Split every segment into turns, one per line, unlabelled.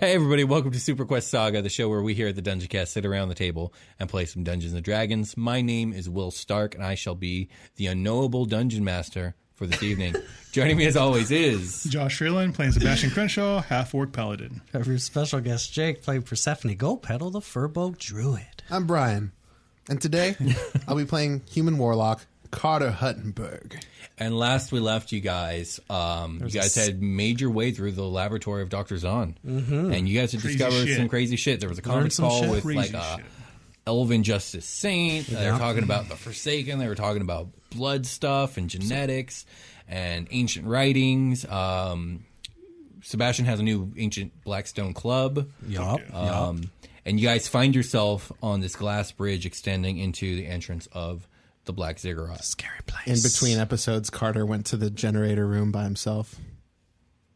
Hey everybody, welcome to Super Quest Saga, the show where we here at the Dungeon Cast sit around the table and play some Dungeons and Dragons. My name is Will Stark, and I shall be the unknowable dungeon master for this evening. Joining me as always is
Josh Freeland playing Sebastian Crenshaw, half orc paladin.
Our special guest Jake played Persephone Gold Petal, the Furbolg Druid.
I'm Brian, and today I'll be playing human warlock Carter Huttenberg.
and last we left you guys, um, you guys had made your way through the laboratory of Doctor Zahn, and you guys had discovered
shit.
some crazy shit. There was a conference
Mm-hmm. some
call
shit.
with
Crazy
like a
shit.
Elven Justice Saint. They were
Yeah.
talking about the Forsaken. They were talking about blood stuff and genetics and ancient writings. Um, Sebastian has a new ancient Blackstone club.
Yup.
Um, and you guys find yourself on this glass bridge extending into the entrance of the Black Ziggurat.
Scary place.
In between episodes, Carter went to the generator room by himself.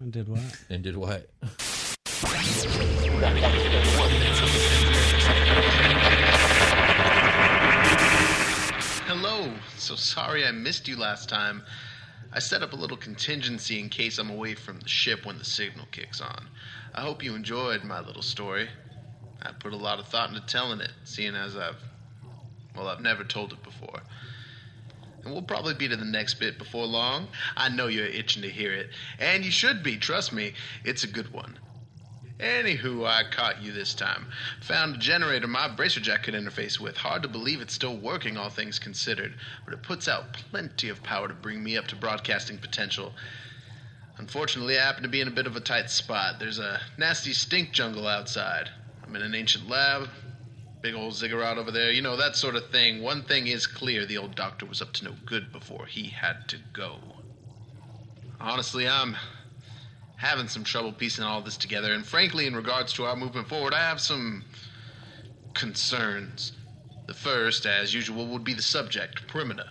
I did what?
And did what?
Hello. So sorry I missed you last time. I set up a little contingency in case I'm away from the ship when the signal kicks on. I hope you enjoyed my little story. I put a lot of thought into telling it, seeing as I've. Well, I've never told it before. And we'll probably be to the next bit before long. I know you're itching to hear it, and you should be, trust me, it's a good one. Anywho, I caught you this time. Found a generator my bracer jack could interface with. Hard to believe it's still working, all things considered, but it puts out plenty of power to bring me up to broadcasting potential. Unfortunately, I happen to be in a bit of a tight spot. There's a nasty stink jungle outside. I'm in an ancient lab, big old ziggurat over there, you know, that sort of thing. One thing is clear the old doctor was up to no good before he had to go. Honestly, I'm having some trouble piecing all this together, and frankly, in regards to our movement forward, I have some concerns. The first, as usual, would be the subject, Perimeter.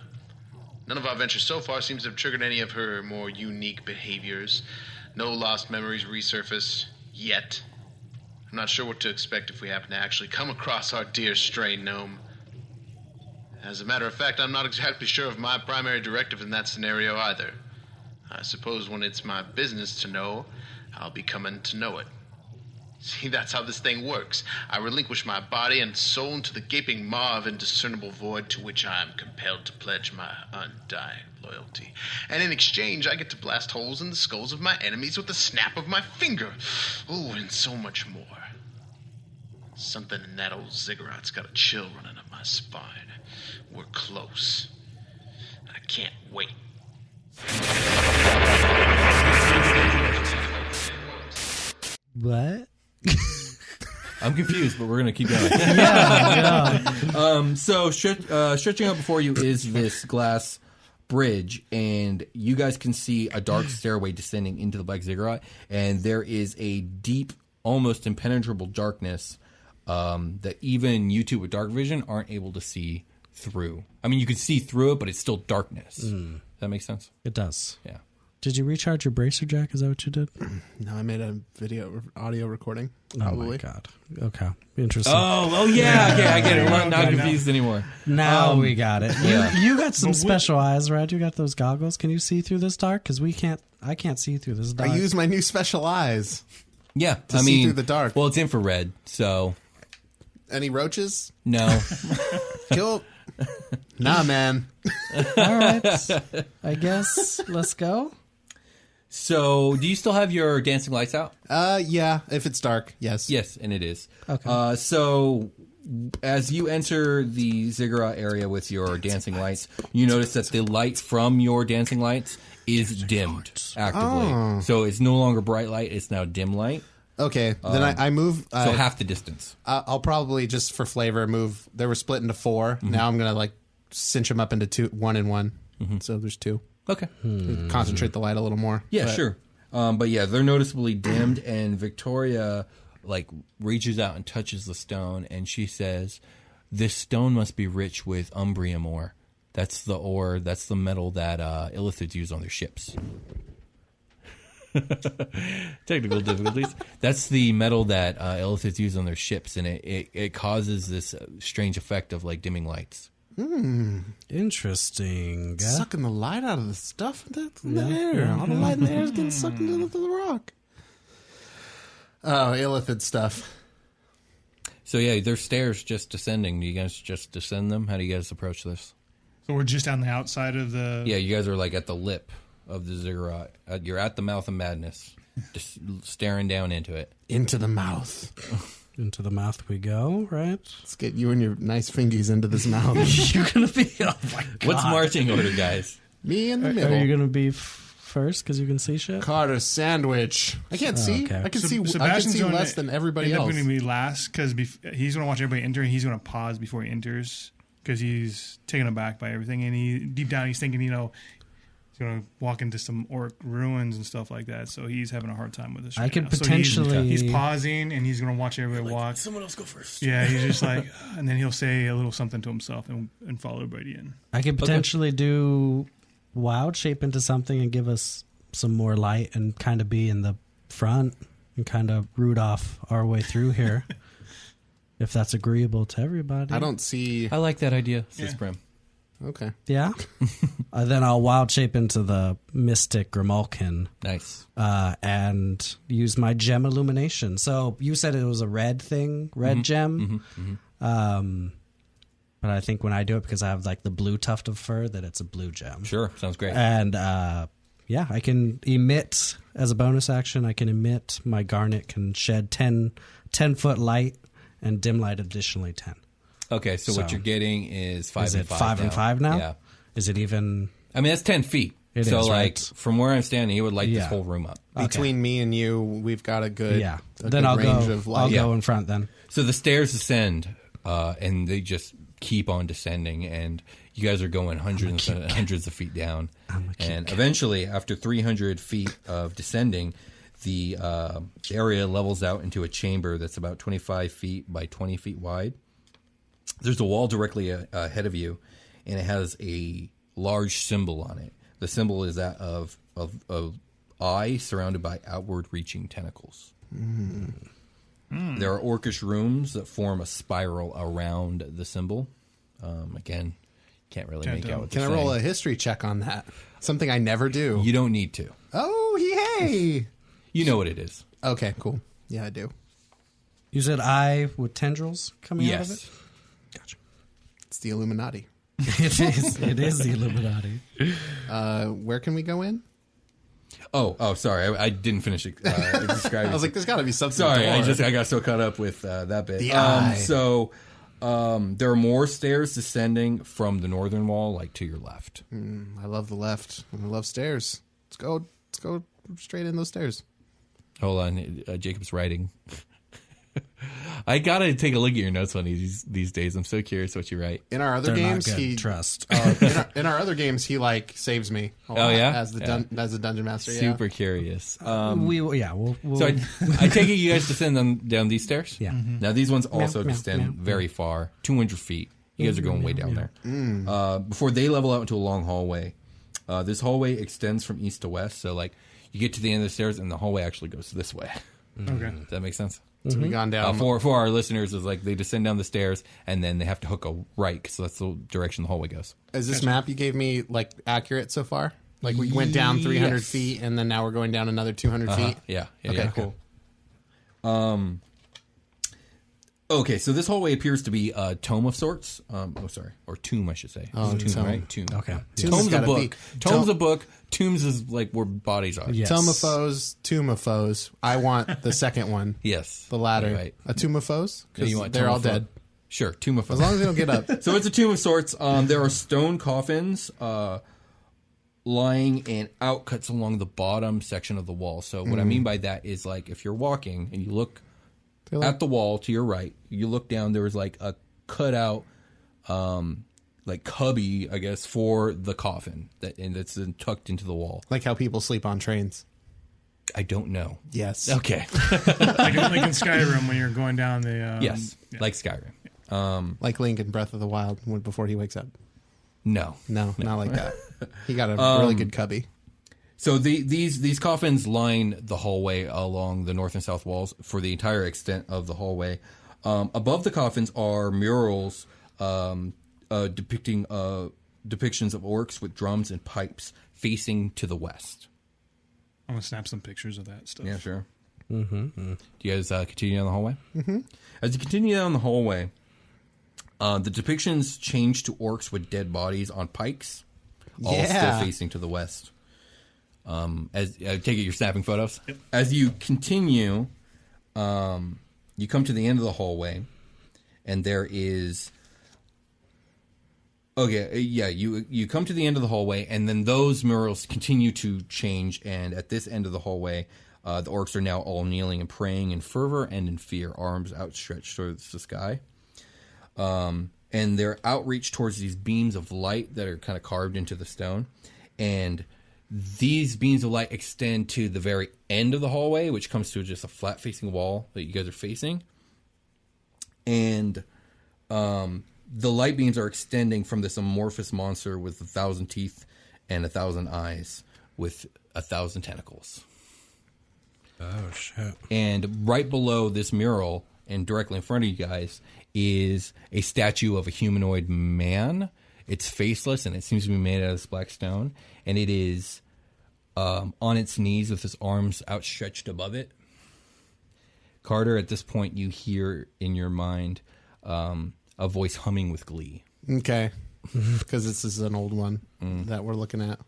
None of our ventures so far seems to have triggered any of her more unique behaviors. No lost memories resurface yet. I'm not sure what to expect if we happen to actually come across our dear stray gnome. As a matter of fact, I'm not exactly sure of my primary directive in that scenario either. I suppose when it's my business to know, I'll be coming to know it. See, that's how this thing works. I relinquish my body and soul into the gaping maw of indiscernible void to which I am compelled to pledge my undying loyalty. And in exchange, I get to blast holes in the skulls of my enemies with the snap of my finger. Ooh, and so much more. Something in that old ziggurat's got a chill running up my spine. We're close. I can't wait.
What?
I'm confused, but we're gonna keep going. Um, so stretch, uh, stretching out before you is this glass bridge, and you guys can see a dark stairway descending into the Black Ziggurat, and there is a deep, almost impenetrable darkness um, that even you two with dark vision aren't able to see through. I mean, you can see through it, but it's still darkness. Does that make sense?
It does.
Yeah.
Did you recharge your bracer, Jack? Is that what you did?
No, I made a video audio recording.
Oh my
Probably.
god. Okay. Interesting.
Oh, oh yeah. Okay, I get it. I'm not confused anymore.
now we got it. You,
yeah.
you got some special eyes, right? You got those goggles. Can you see through this dark? Because we can't. I can't see through this dark.
I use my new special eyes.
Yeah, I
see
mean,
through the dark.
Well, it's infrared, so
Any roaches?
no.
Kill. nah, man.
All right. I guess let's go.
So, do you still have your dancing lights out?
Uh, yeah. If it's dark, yes.
Yes, and it is.
Okay.
Uh, so, as you enter the ziggurat area with your dancing lights, you notice that the light from your dancing lights is dimmed actively. So it's no longer bright light; it's now dim light.
Okay. then
Um,
I, I move.
So
Uh,
half the distance.
I- I'll probably just for flavor move. They were split into 4
Mm-hmm.
Now I'm gonna like cinch them up into two, one and one.
Mm-hmm.
So there's two.
Okay.
Concentrate the light a little more.
Yeah,
But-
sure. Um, but yeah, they're noticeably dimmed, and Victoria like reaches out and touches the stone, and she says, "This stone must be rich with umbrium ore. That's the ore. That's the metal that uh, Illithids use on their ships." Technical difficulties. That's the metal that uh, Illithids use on their ships, and it, it, it causes this uh, strange effect of like dimming lights.
Interesting.
Sucking the light out of
Mm-hmm.
the stuff in the, in the air. All the light in the air is getting sucked into the, the rock. Oh, Illithid stuff.
So yeah, there's stairs just descending. Do you guys just descend them? How do you guys approach this?
So we're just on the outside of the.
Yeah, you guys are like at the lip of the ziggurat. Uh, you're at the mouth of madness, just staring down into it.
Into the mouth.
Into the mouth we go, right?
Let's get you and your nice fingies into this mouth.
You're gonna be. Oh my
What's marching order, guys?
Me in the
Are you
middle.
gonna be f- first because you can see shit?
Carter sandwich. I can't see.
Oh, okay.
I can
Seb-
see. I can
Sebastian's
see
gonna-
less than everybody
yeah,
else.
going to be last because he's going to watch everybody enter. and He's going to pause before he enters because he's taken aback by everything, and he deep down he's thinking, you know, he's going to walk into some orc ruins and stuff like that. So he's having a hard time with this.
I
right
could
now. So he's-
potentially-
he's, pausing and he's going to watch everybody walk.
Someone else go first.
Yeah, he's just like, and then he'll say a little something to himself and, and follow everybody in.
I could potentially do wild shape into something and give us some more light and kind of be in the front and kind of root off our way through here. if that's agreeable to everybody.
I don't see.
Uh,
I like that idea, says Prim.
Okay.
Yeah. uh, then I'll wild shape into the mystic Grimalkin
Nice.
uh, and use my gem illumination. So you said it was a red thing, red gem. Um, but I think when I do it, because I have like the blue tuft of fur, that it's a blue gem.
Sure, sounds great.
And uh, yeah, I can emit as a bonus action. I can emit my garnet can shed 10, 10 foot light and dim light additionally ten.
Okay, so, what
So-
you're getting is five
Is
and
it
five.
five
now.
and five now?
Yeah.
Is it even?
I mean that's ten feet.
It
so
is,
like
right?
from where I'm standing, it would light this
Yeah.
whole room up.
Between me and you, we've got a good.
yeah.
A
Then
good
I'll
range
go.
Of
I'll
light.
go in front then.
So the stairs descend, uh, and they just keep on descending, and you guys are going hundreds and hundreds of feet down, and eventually, after 300 feet of descending, the uh, area levels out into a chamber that's about 25 feet by 20 feet wide. There's a wall directly a- ahead of you, and it has a large symbol on it. The symbol is that of of, of eye surrounded by outward-reaching tentacles. There are orcish rooms that form a spiral around the symbol. Um, again, can't really make out what
Can I
they're
roll a
saying.
history check on that? Something I never do.
You don't need to.
Oh, yay!
You know what it is.
Okay, cool. Yeah, I do.
You said I with tendrils coming out of
yes.
It's the Illuminati.
it. It is. It is the Illuminati.
Uh, where can we go in?
Oh, oh, sorry. I, I didn't finish it, uh, describing.
I was like, there's got to be something.
sorry.
at the
I
door.
just I got so caught up with uh, that bit.
The
um,
eye.
so um, there are more stairs descending from the northern wall, like to your left.
Hmm. I love the left. and I love stairs. Let's go. Let's go straight in those stairs.
Hold on, uh, Jacob's writing. I gotta take a look at your notes on these these days. I'm so curious what you write.
In our other
They're
games,
not good.
he
Trust.
Uh, in, our, in our other games, he like saves me. a lot
Oh, yeah?
as the dun- as the dungeon master. yeah.
Super curious. Um,
we will- yeah. We'll, we'll
So I, I take it you guys descend on, down these stairs.
Yeah. Mhm.
Now these ones also
meow,
descend
meow.
very far, 200 feet. You guys are going way down there. Uh, before they level out into a long hallway. Uh, this hallway extends from east to west, so like you get to the end of the stairs, and the hallway actually goes this way.
Mm.
Okay.
Does that make sense?
So we gone
Uh,
down.
for for our listeners, is like they descend down the stairs, and then they have to hook a right, so that's the direction the hallway goes.
Is this map you gave me like accurate so far? Like we went down 300
Yes. Uh-huh.
feet, and then now we're going down another 200 feet.
Yeah. yeah
Okay,
yeah.
cool.
Okay, so this hallway appears to be a tome of sorts. Um, oh, sorry, or tomb, I should say. Oh, tomb,
tome.
right? Tomb.
Okay.
Tomb has
Tome's a
gotta
book.
be-
Tome's
Tome-
a book. Tombs is like where bodies are.
Yes.
Tomophos, Tumophos. I want the second one,
Yes.
the latter.
You're Right.
A Tumophos?
So
Because
you want
they're all
tomophobe.
dead.
Sure. Tomb of
As long as they don't get up.
So it's a tomb of sorts. Um, there are stone coffins uh,
lying and outcuts along the bottom section of the wall. So what I mean by that is like if you're walking and you look at the wall to your right, you look down. There was like a cutout, um, like cubby, I guess, for the coffin that and that's then tucked into the wall.
like how people sleep on trains.
I don't know.
Yes.
Okay.
Like, like in Skyrim when you're going down the. Um,
yes. Like Skyrim.
Like Link in Breath of the Wild when, before he wakes up.
No.
No, not like that. He got a really good cubby.
So the, these these coffins line the hallway along the north and south walls for the entire extent of the hallway. Um, above the coffins are murals um, uh, depicting uh, depictions of orcs with drums and pipes facing to the west.
I'm going to snap some pictures of that stuff.
sure. Do you guys uh, continue down the hallway?
As you continue down the hallway, uh, the depictions change to orcs with dead bodies on pikes, all
Yeah.
still facing to the west. Um, uh,
As I take it, you're snapping photos.
As you continue, um, you come to the end of the hallway, and there is. Okay, uh, yeah, you you come to the end of the hallway, and then those murals continue to change. And at this end of the hallway, uh, the orcs are now all kneeling and praying in fervor and in fear, arms outstretched towards the sky. and their outreach towards these beams of light that are kind of carved into the stone. And these beams of light extend to the very end of the hallway, which comes to just a flat facing wall that you guys are facing. And um, the light beams are extending from this amorphous monster with a thousand teeth and a thousand eyes with a thousand tentacles.
Oh shit!
And right below this mural and directly in front of you guys is a statue of a humanoid man. It's faceless and it seems to be made out of this black stone. And it is um, on its knees with its arms outstretched above it. Carter, at this point, you hear in your mind um, a voice humming with glee.
Okay. Because this is an old one that we're looking at.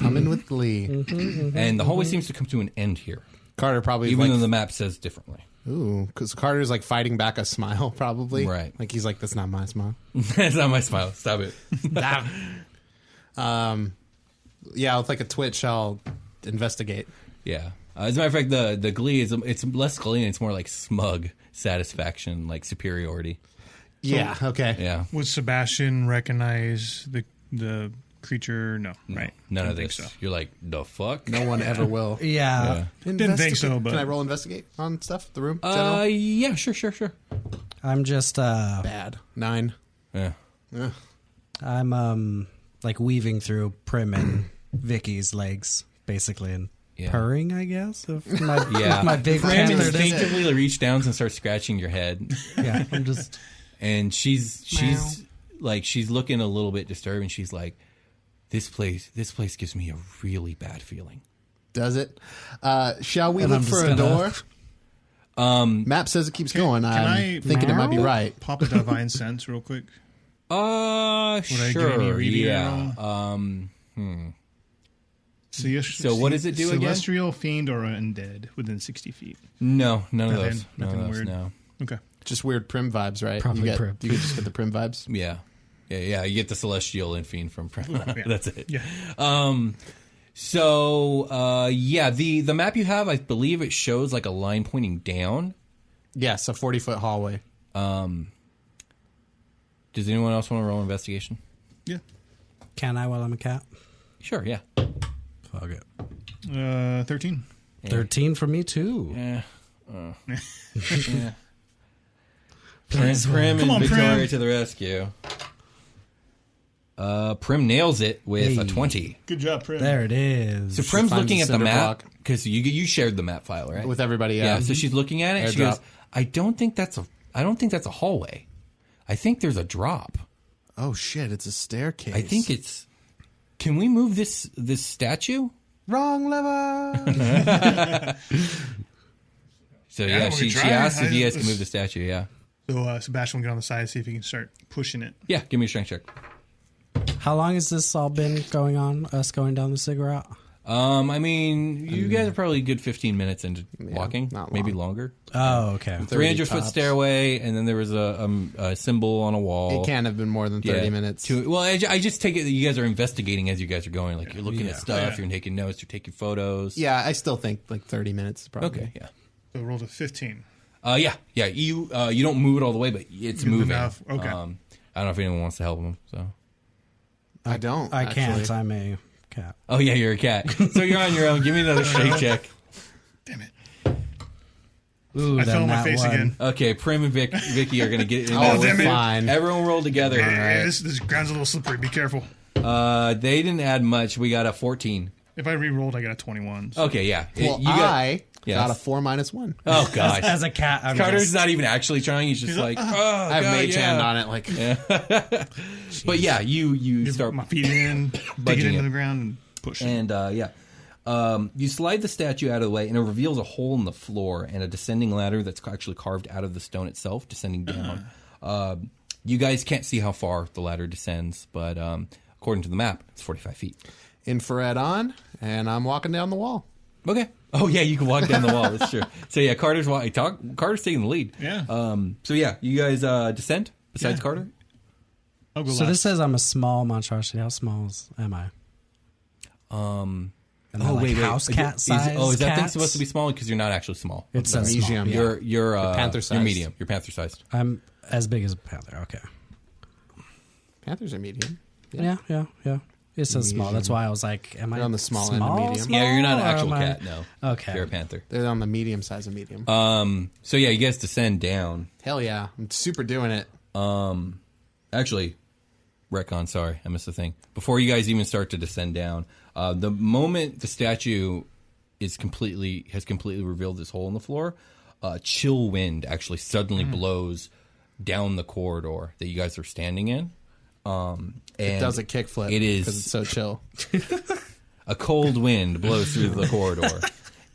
Humming with glee.
And the hallway seems to come to an end here,
Carter probably
even though
like,
the map says differently.
ooh, because Carter's like fighting back a smile, probably.
Right.
Like he's like, that's not my smile.
That's not my smile. Stop it.
um, yeah, with like a twitch, I'll investigate.
Yeah. Uh, as a matter of fact, the the glee is it's less glee and it's more like smug satisfaction, like superiority.
Yeah. Okay.
Yeah.
Would Sebastian recognize the the creature? No, right?
None of
Didn't
this.
think so.
You're like the fuck. Uh,
No one ever will.
Yeah.
Didn't think so,
Investigate.
but-
can I roll investigate on stuff? The room? General?
Uh, yeah, sure, sure, sure.
I'm just uh
Bad. Nine.
Yeah.
Ugh.
I'm um like weaving through Prim and Vicky's legs basically and
Yeah.
purring, I guess. If my,
Yeah.
if my big
Fran
panther does it.
instinctively reach down and start scratching your head,
Yeah, I'm just
and she's she's like she's looking a little bit disturbed, and she's like, "This place, this place gives me a really bad feeling."
Does it? Uh, shall we
And
look
I'm
for
just
a
gonna-
door? Um, Map says it keeps going.
can
I'm
I-
thinking it might be right.
Pop a divine sense real quick.
Uh,
I give
sure.
any reading at
yeah. Um,
So, you
So what does it do again?
Celestial, fiend, or undead within sixty feet.
no, none of
Nothing-
those. None
nothing
of those.
weird.
No.
Okay.
Just weird prim vibes, right?
Probably
you get,
prim.
You could just get the prim vibes.
Yeah. Yeah, yeah. You get the celestial and fiend from That's it.
Yeah.
Um so uh yeah, the the map you have, I believe it shows like a line pointing down.
Yes, a forty foot hallway.
Does anyone else want to roll investigation?
Yeah.
can I while I'm a cat?
Sure, yeah.
Fuck it.
Uh, thirteen.
Thirteen for me too.
Eh. Prim,
Please,
Prim and
on,
Victoria
Prim.
to the rescue. Uh, Prim nails it with a
Hey.
twenty.
Good job, Prim.
There it is.
So Prim's
finds
looking
the
at the
cinder
map
block.
because you you shared the map file, right?
with everybody uh,
Yeah,
else.
so she's looking at it. and She
Airdrop.
goes, "I don't think that's a. I don't think that's a hallway. I think there's a drop.
oh shit! It's a staircase.
I think it's. Can we move this this statue?
wrong lever.
So yeah, she
we can
she
try.
asks if
I-
you guys can
this-
move the statue. Yeah,
So uh, Sebastian will get on the side see if he can start pushing it.
yeah. Give me a strength check.
How long has this all been going on? Us going down the cigarette?
Um, I mean, you guys are probably a good fifteen minutes into walking,
not
maybe
long.
longer.
Oh, okay.
Three hundred foot
tops.
stairway, and then there was a, um, a symbol on a wall.
it can't have been more than
Yeah,
thirty minutes.
To, well, I, ju- I just take it that you guys are investigating as you guys are going. Like you're looking at stuff, you're taking notes, you're taking photos.
yeah, I still think like thirty minutes. is Probably.
Okay. Yeah.
So roll to fifteen.
Uh, yeah, yeah. You uh, you don't move it all the way, but it's moving.
enough. Okay.
Um, I don't know if anyone wants to help him. So.
I don't.
I
actually.
can't. I'm a cat.
Oh yeah, you're a cat. so you're on your own. Give me another straight check.
Damn it!
Ooh,
I
then
fell on my
that
face
one.
again.
Okay, Prim and Vic, Vicky are gonna get in.
Oh,
there with-
damn it.
fine.
Everyone roll together.
Yeah, this, this ground's a little slippery. Be careful.
Uh, they didn't add much. We got a 14.
If I re-rolled, I got a twenty-one. So
Okay, yeah.
Well,
You got-
I
Yes.
got a four minus one.
oh gosh.
As a cat, I'm
Carter's
just-
not even actually trying. He's just like, oh,
I have
God,
mage
yeah.
hand on it. Like
But yeah, you you start
my feet in, dig it
Budging
into
it.
the ground, and push. it.
and uh, yeah, Um, you slide the statue out of the way, and it reveals a hole in the floor and a descending ladder that's actually carved out of the stone itself, descending down. Um you guys can't see how far the ladder descends, but um, according to the map, it's 45 feet.
Infrared on, and I'm walking down the wall.
Okay. Oh yeah, you can walk down the wall. That's true. So yeah, Carter's wa- talk, Carter's taking the lead.
Yeah.
Um. So yeah, you guys uh, descend. Besides
Yeah.
Carter,
I'll go
So this
last.
says I'm a small monstrosity. How small is, am I? Um,
Um,
am I like house cat
oh, Is-
size?
oh, is that thing
cats?
supposed to be small? Because you're not actually small.
It says small.
Medium. yeah.
You're you're uh,
panther
You're
sized.
medium. You're panther sized.
I'm as big as a panther. Okay.
Panthers are medium.
Yeah, yeah, yeah. It says small. That's why I was like, am I
You're on the small end of
small,
medium.
small,
Yeah, you're not an
Oh,
or
actual
am I-
cat. No.
Okay.
You're a panther.
They're on the medium size of medium.
Uh, So yeah, you guys descend down.
Hell yeah, I'm super doing it.
Actually, retcon. Sorry, I missed the thing. Before you guys even start to descend down, uh, the moment the statue is completely has completely revealed this hole in the floor, a chill wind actually suddenly
Hmm.
blows down the corridor that you guys are standing in. Um, and
It does a kickflip.
It is
because it's so chill.
a cold wind blows through the corridor,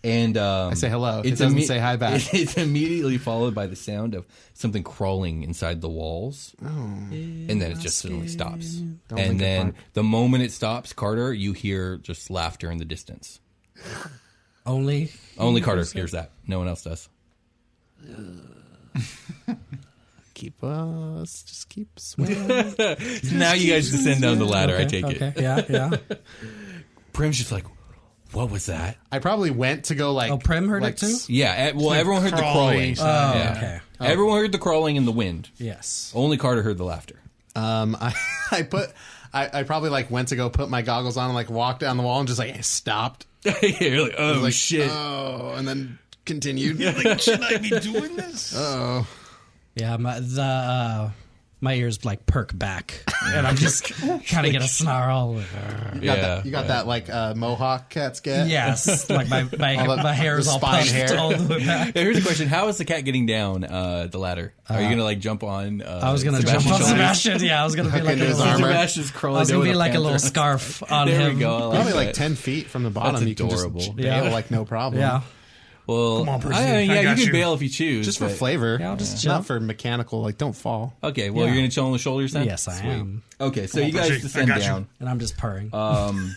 and um, I
say hello. It doesn't say hi back.
It's immediately followed by the sound of something crawling inside the walls, and then it just suddenly stops. and
link it
then
back.
the moment it stops, Carter, you hear just laughter in the distance.
Only
Only Carter hears that. No one else does.
Keep us, just keep swimming.
now you guys descend down the ladder. I take
okay,
it.
Yeah, yeah.
Prim's just like, "What was that?"
I probably went to go like.
Oh, Prem heard
like,
it too.
s-
Yeah. eh, Well, everyone heard the
crawling
crawling.
sound.
Yeah.
okay.
Oh.
Everyone heard the crawling and the wind.
Yes.
Only Carter heard the laughter.
Um, I, I put, I, I probably like went to go put my goggles on and like walk down the wall and just like stopped.
You're like, "Oh
Like
shit."
Oh, and then continued.
like, should I be doing this?
Oh,
Yeah, my the uh, my ears like perk back, and I'm just kind of get a snarl.
you got
Yeah,
that, you got that like uh, mohawk cats get.
Yes, like my my,
All the-
my hair
the
is all
spine
pushed
hair.
all the way back.
Hey, here's a question: How is the cat getting down uh, the ladder? Are you gonna like jump on? Uh,
I was gonna jump on
shoulders?
Sebastian. Yeah, I was gonna be like a
into his
little,
armor.
I
Sebastian's crawling.
was gonna
down
be
with
like a little
panther.
scarf on
There
him.
we go. I like
Probably like
that.
ten feet from the bottom. you can
adorable.
just bail like no problem.
Yeah,
Well,
Come on, Percy.
I- Oh, yeah,
I
you
got
can
you.
bail if you choose.
just for
but-
flavor.
Yeah, I'll just
not
jump.
for mechanical. Like, don't fall.
Okay, well,
Yeah.
you're gonna chill on the shoulders then.
yes, I
Sweet.
am,
Okay, so
Come on,
you guys
Percy. I
descend
got you.
down,
and I'm just purring.
um,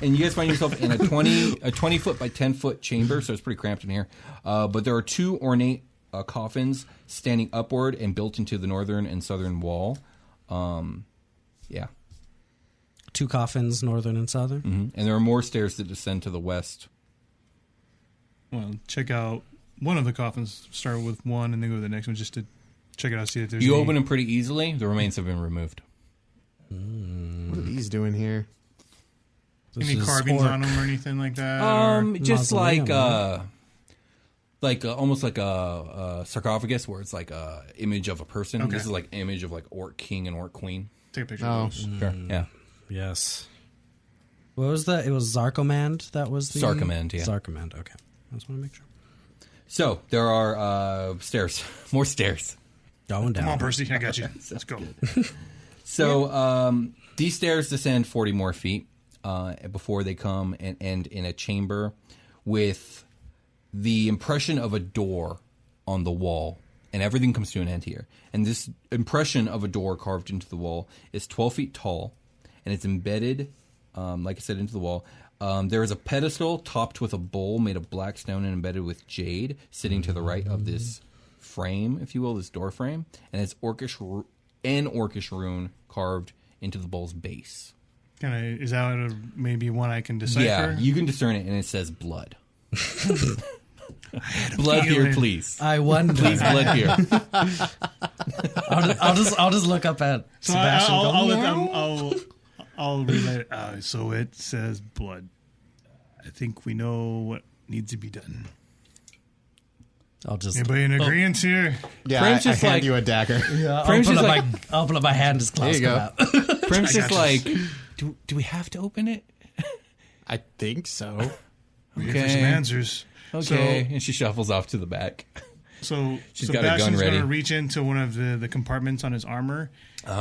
and you guys find yourself in a twenty a twenty foot by ten foot chamber. So it's pretty cramped in here. Uh, but there are two ornate uh, coffins standing upward and built into the northern and southern wall. Um, yeah.
Two coffins, northern and southern.
And there are more stairs that descend to the west.
Well, check out one of the coffins. Start with one and then go to the next one just to check it out, see if there's
You
any-
open them pretty easily. The remains have been removed.
What are these doing here?
This
any
is
carvings
orc.
on them or anything like that. or,
Um, just
mausoleum,
like uh, like uh, almost like a, a sarcophagus where it's like a image of a person.
Okay.
This is like image of like orc king and orc queen.
take a picture.
Oh.
Of those.
Sure. Yeah.
Yes. What was that? It was Zarkomand. That was the
Zarkomand, yeah.
Zarkomand. Okay. I just want to make sure.
So there are uh, stairs, more stairs.
Going
Come on,
down.
Percy. I got you. Let's go.
So um, these stairs descend 40 more feet uh, before they come and end in a chamber with the impression of a door on the wall. And everything comes to an end here. And this impression of a door carved into the wall is 12 feet tall and it's embedded, um, like I said, into the wall. Um, there is a pedestal topped with a bowl made of black stone and embedded with jade sitting to the right of this frame, if you will, this door frame, and it's orcish ru- an orcish rune carved into the bowl's base.
Can I? Is that a, maybe one I can decipher?
Yeah, you can discern it, and it says blood. blood here,
feeling.
please.
I wonder.
Please, blood here.
I'll, just, I'll just I'll just look up at
So I,
Sebastian.
I'll,
go,
I'll, let
"Meow."
them- I'll, I'll relay it. Uh, so it says blood. I think we know what needs to be done.
I'll just
Anybody
Oh.
in agreement here?
Yeah,
Frame's
I, I
just
hand
like-
you a dagger.
I'll
Prim's just
open up
like-
my I'll open up my hand. His claws
There you
come out.
Prim's just
I
like,
got you.
do, do we have to open it?
I think so.
We're here for some
Okay.
answers.
Okay. and she shuffles off to the back.
So, so
She's got her gun
Sebastian's going
ready. Uh-huh.
to reach into one of the, the compartments on his armor.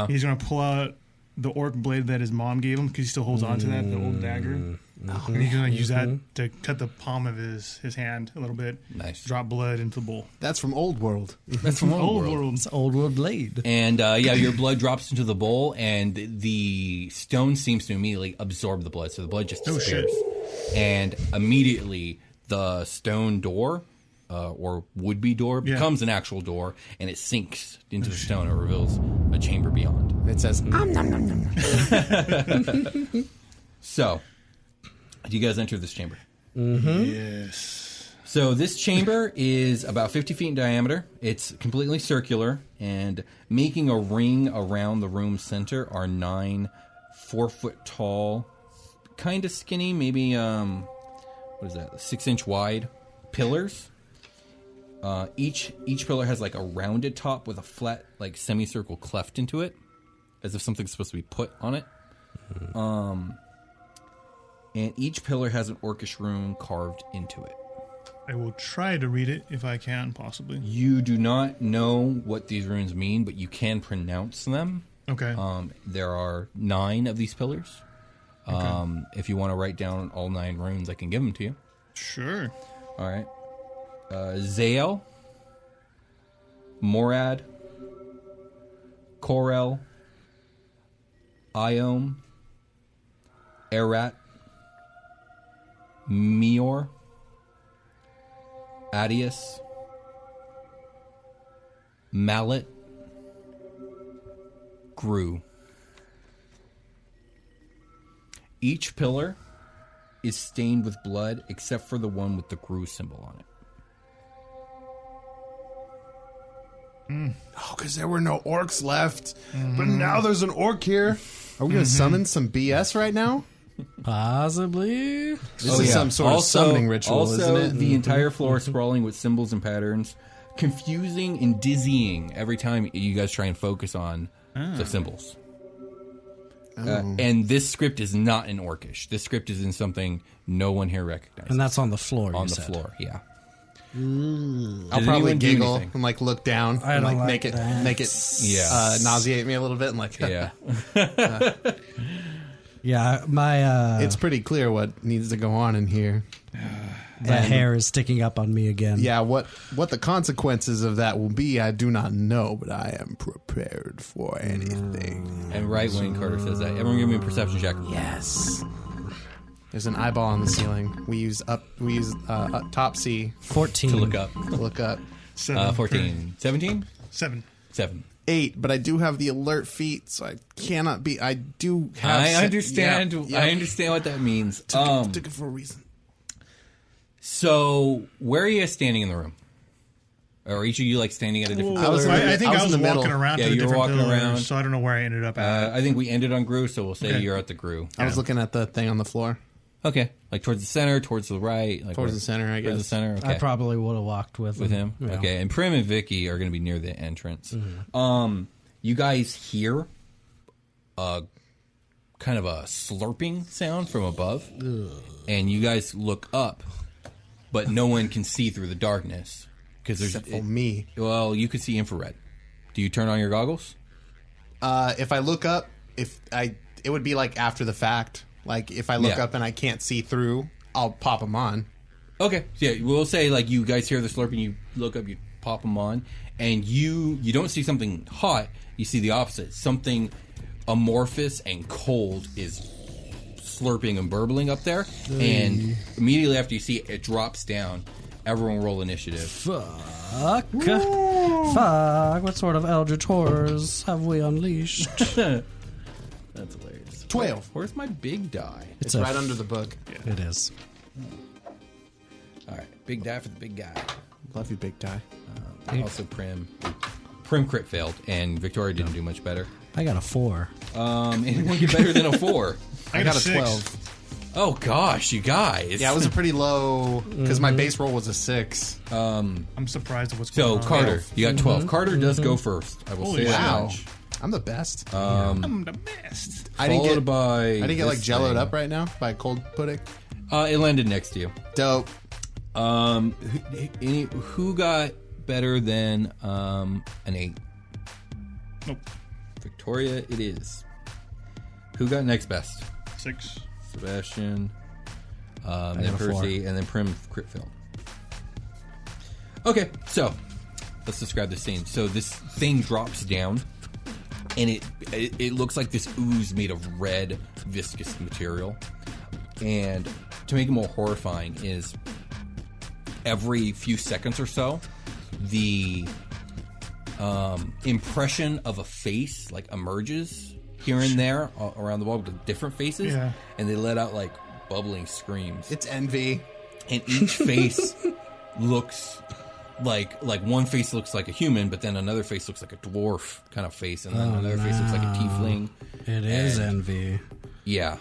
He's going to pull out the orc blade that his mom gave him because he still holds on to that the old dagger.
Mm-hmm.
And he's gonna use that to cut the palm of his his hand a little bit.
Nice.
Drop blood into the bowl.
That's from Old World.
That's from old,
Old
world.
world.
It's old world blade.
And uh, yeah, your blood drops into the bowl, and the stone seems to immediately absorb the blood. So the blood
Oh,
just disappears. And immediately, the stone door, uh, or would be door,
Yeah. Oh,
becomes an actual door, and it sinks into the stone. It reveals a chamber beyond.
It says,
Mm-hmm.
"Om nom nom nom nom."
So, you guys enter this chamber.
Yes.
So this chamber is about 50 feet in diameter. It's completely circular, and making a ring around the room center are nine four foot tall, kind of skinny, maybe um, what is that? Six inch wide pillars. Uh, each each pillar has like a rounded top with a flat like semicircle cleft into it, as if something's supposed to be put on it. Um, and each pillar has an orcish rune carved into it.
I will try to read it if I can possibly.
You do not know what these runes mean, but you can pronounce them.
Okay.
Um, there are nine of these pillars. Um, If you want to write down all nine runes, I can give them to you.
sure.
All right. Uh, Zael, Morad, Korel, Iom, Erat, Mior, Adius, Mallet, Gru. Each pillar is stained with blood except for the one with the Gru symbol on it.
Oh, because there were no orcs left, but
Mm-hmm.
now there's an orc here. Are we gonna summon some BS right now?
Possibly.
This is some sort of summoning ritual,
Oh, also,
isn't it? Mm-hmm.
the entire floor is sprawling with symbols and patterns, confusing and dizzying every time you guys try and focus on
Ah.
the symbols.
Oh.
Uh, and this script is not in Orcish. This script is in something no one here recognizes.
And that's on the floor.
on the
you said.
floor, yeah.
I'll
Did
probably
anyone do
Mm. giggle
anything?
and like look down
I
and
don't
like,
like
make it
that.
make it
Yeah.
uh, nauseate me a little bit and like
yeah.
Yeah, my uh,
it's pretty clear what needs to go on in here.
the hair is sticking up on me again.
Yeah, what what the consequences of that will be, I do not know, but I am prepared for anything.
And right when Carter says that, everyone give me a perception check.
Yes. There's an eyeball on the ceiling. We use up we use uh, up top C
fourteen.
To look up.
to look up.
Seven.
Uh, 14. 17?
Seven.
7.
Eight, but I do have the alert feet, so I cannot be. I do have.
I
se-
understand.
yeah, yeah.
I understand what that means.
Took it-
Um,
took it for a reason.
so, where are you guys standing in the room? Or each of you like standing at a different?
I was in
I,
the mid-
I think
I
I
was
was,
in the
walking
middle.
around
Yeah,
to the
you were
different
walking
pillars,
around.
so I don't know where I ended up at.
Uh, I think we ended on Gru, so we'll say
Okay.
you're at the Gru.
I was looking at the thing on the floor.
Okay, like towards the center, towards the right, like
Towards
where-
the center, I
towards the
guess.
center. Okay.
I probably would have walked with
with him.
Yeah.
Okay, and Prim and Vicky are going to be near the entrance.
Mm-hmm.
Um, you guys hear a kind of a slurping sound from above, and you guys look up, but no one can see through the darkness because there's
Except for me.
well, you can see infrared. Do you turn on your goggles?
Uh, if I look up, if I, it would be like after the fact. Like if I look
Yeah.
up and I can't see through, I'll pop them on.
Okay. So, yeah, we'll say like you guys hear the slurping, you look up, you pop them on, and you you don't see something hot. You see the opposite. Something amorphous and cold is slurping and burbling up there, and immediately after you see it, it drops down. Everyone roll initiative.
Fuck. Fuck. What sort of eldritch horrors have we unleashed? it's,
That's hilarious.
Twelve.
Where's my big die?
It's right under the book.
It is.
All right, big die for the big guy.
Love you, big die.
Also, Prim. Prim crit failed, and Victoria didn't do much better.
I got a four.
Um, anyone get better than a four?
I got a
six.
twelve.
Oh gosh, you guys!
Yeah, it was a pretty low because
Mm-hmm.
my base roll was a six.
I'm surprised at what's
So
going on.
Carter, you got 12 Carter does go first. I will
Holy
say that
wow,
much.
I'm the best.
I'm the best.
I didn't
Uh, Followed
get.
by
I didn't get like
this
jelloed
thing.
up right now by a cold pudding.
Uh, it landed next to you.
Dope.
Um, who, any, who got better than um an eight?
Nope.
Victoria, it is. Who got next best?
Six.
Sebastian, um,
I
then
got a four.
Percy, and then Prim crit failed. Okay, so let's describe the scene. So this thing drops down, and it it, it looks like this ooze made of red viscous material. And to make it more horrifying is every few seconds or so, the um, impression of a face like emerges here and there a- around the wall with different faces,
Yeah.
and they let out like bubbling screams.
It's envy.
and each face looks like like one face looks like a human, but then another face looks like a dwarf kind of face, and then
Oh,
another face looks like a tiefling.
It is
And-
envy.
Yeah.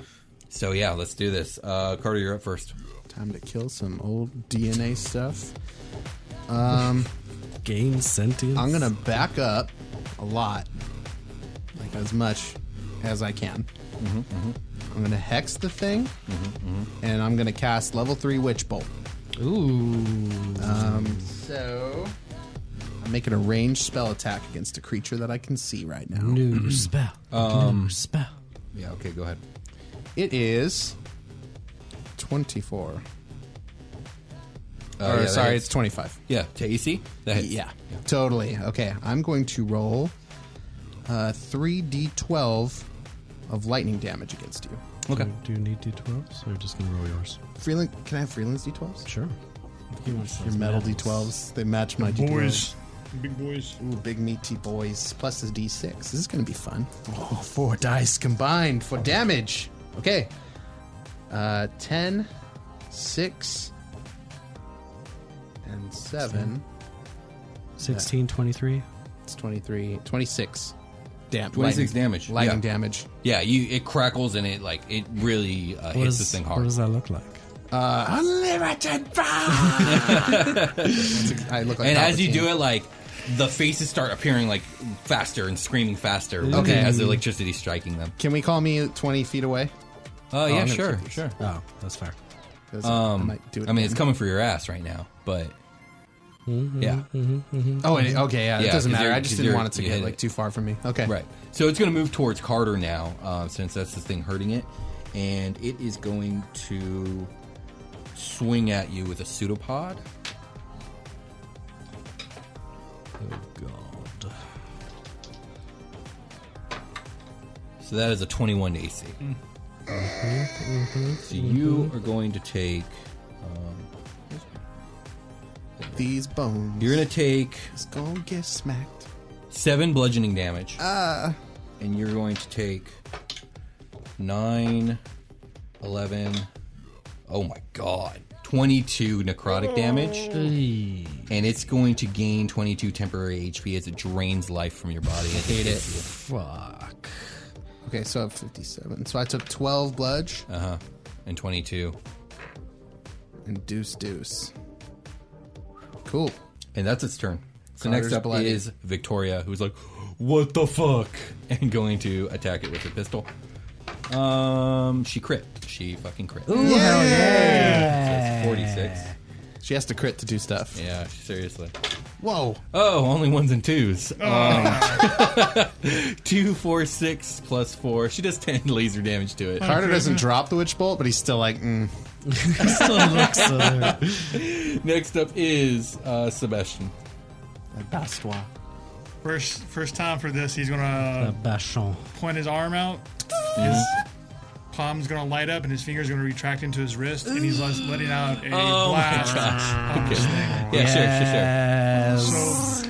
So yeah, let's do this. Uh, Carter, you're up first.
Time to kill some old DNA stuff. Um,
Game sentience.
I'm gonna back up a lot, like as much as I can.
Mm-hmm,
I'm gonna hex the thing, and I'm gonna cast level three witch bolt.
Ooh.
So I'm making a ranged spell attack against a creature that I can see right now.
New spell.
Um,
New spell.
Yeah. Okay. Go ahead.
It is 24.
Uh,
or
yeah, that
sorry,
hits.
it's 25.
yeah. To AC. That hits.
Yeah, totally. Okay, I'm going to roll uh, 3d12 of lightning damage against you.
Okay.
Do, do you need d12s or are you just gonna roll yours?
Freeland, can I have Freeland's d12s?
Sure.
Your metal d12s. They match my d12s.
Boys. Big boys.
Ooh, big meaty boys. Plus his d6. This is going to be fun. Oh, four dice combined for damage. Okay. Uh, 10, 6, and 7.
16, 23.
It's 23, 26. Damn,
26
lightning-
damage,
Lightning
yeah.
damage.
Yeah, you it crackles and it like it really uh,
What
hits
is-
this thing
What
hard.
does that look like?
Uh, unlimited power. That's ex- I look like
and as you
Palpatine.
do it, like the faces start appearing like faster and screaming faster. Okay,
Okay.
as the electricity striking them.
can we call me 20 feet away?
Oh
I'm
yeah,
gonna
sure,
take these.
sure.
'Cause- Oh, that's fair.
'Cause
Um, I,
might do it
mean, it's
again.
coming for your ass right now, but
Mm-hmm,
yeah,
Oh, it, okay, yeah,
Yeah,
it doesn't
'cause
matter.
you're-
I just
'cause
didn't
you're-
want it to
you
get
hit
like
it.
too far from me. Okay,
right. So it's going to move towards Carter now, uh, since that's the thing hurting it, and it is going to swing at you with a pseudopod.
Oh, God.
So that is a 21 to AC.
Mm-hmm,
So you are going to take.
These bones.
You're going to take
It's gonna get smacked.
seven bludgeoning damage. Ah. And you're going to take nine, 11, oh my god, 22 necrotic damage. And it's going to gain 22 temporary HP as it drains life from your body. As it hits
Fuck.
Okay, so I have 57. So I took 12 bludge
you. Uh huh. And 22.
and deuce deuce. Cool.
And that's its turn. So
Carter's
next up
bloody.
is Victoria, who's like, "What the fuck?" and going to attack it with her pistol. Um, she crit. She fucking crit.
Ooh, hell
That's Forty-six.
She has to crit to do stuff.
Yeah, seriously.
Whoa.
Oh, only ones and twos.
Oh,
Um, two, four, six plus four. She does ten laser damage to it.
Carter doesn't drop the witch bolt, but he's still like, mm.
yeah.
Next up is uh, Sebastian.
Bastoire.
First, first time for this, he's gonna
Bachon.
point his arm out. His palm's gonna light up, and his fingers gonna retract into his wrist, and he's les- letting out a
Oh
blast. of this thing.
Yeah,
So,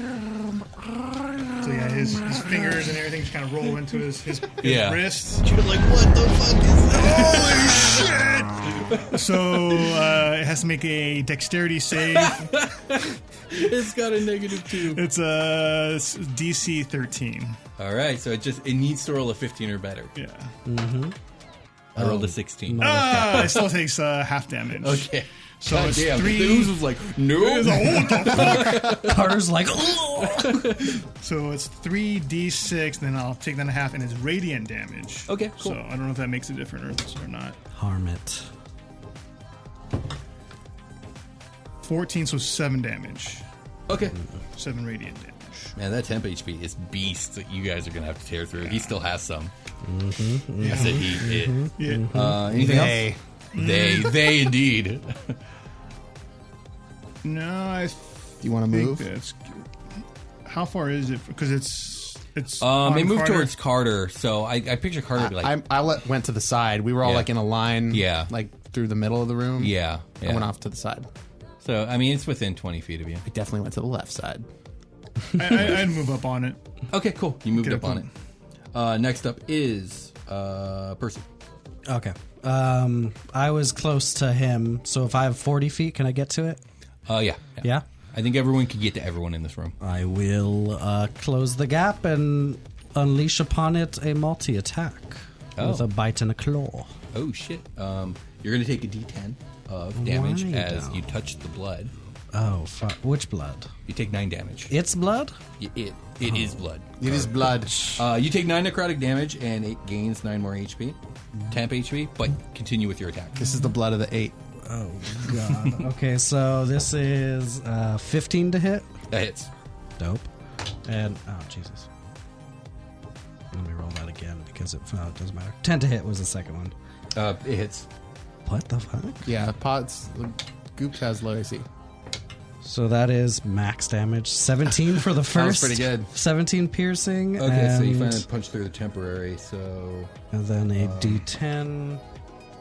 so yeah, his, his fingers and everything just kind of roll into his his, his
Yeah.
wrist.
sure, sure, sure. You're like, what the fuck is
So uh, it has to make a dexterity save.
It's got a negative two.
It's a s- DC 13.
All right, so it just it needs to roll a fifteen or better.
Yeah.
I rolled a sixteen.
Ah, it still takes uh, half damage.
Okay.
So it's three.
The ooze was like, no.
Carter's like, oh!
So it's three d six, then I'll take that in half, and it's radiant damage.
Okay, cool.
So I don't know if that makes a difference or not.
Harm it.
Fourteen, so seven damage,
Okay.
seven radiant damage.
Man, that temp HP is beast that you guys are gonna have to tear through. He still has some. I said he. It.
Yeah.
Uh, anything else? They, they indeed.
No, I
Do you want to
think
move?
that's. How far is it? Because it's it's.
Um, they
on
moved
Carter.
towards Carter, so I, I picture Carter like,
I, I let, went to the side. We were all
Yeah.
like in a line.
Yeah.
Like through the middle of the room.
yeah, yeah.
I went off to the side.
So I mean, it's within twenty feet of you.
I definitely went to the left side.
I, I, I'd move up on it.
Okay, cool. You moved
Get
up
up
on it.
on-
Uh, next up is uh, Percy.
Okay. Um, I was close to him, so if I have 40 feet, can I get to it?
Uh, yeah,
Yeah.
I think everyone can get to everyone in this room.
I will uh, close the gap and unleash upon it a multi attack with
Oh.
a bite and a claw.
Oh shit! Um, you're gonna take a D10 of damage
Why
as
now?
you touch the blood.
Oh, fuck. Which blood?
You take nine damage.
It's blood?
Y- It it is blood.
It is blood.
Uh, you take nine necrotic damage and it gains nine more HP, temp HP, but continue with your attack.
This is the blood of the eight.
Oh, God. okay, so this is uh, 15 to hit.
That hits.
Dope. And, oh, Jesus. Let me roll that again because it, oh, it doesn't matter. 10 to hit was the second one.
Uh, it hits.
What the fuck?
Yeah, pots. Goop has low AC.
So that is max damage. 17 for the
was
first.
pretty good.
17 piercing.
Okay, so you
and-
finally punch through the temporary. So
And then a
Um,
10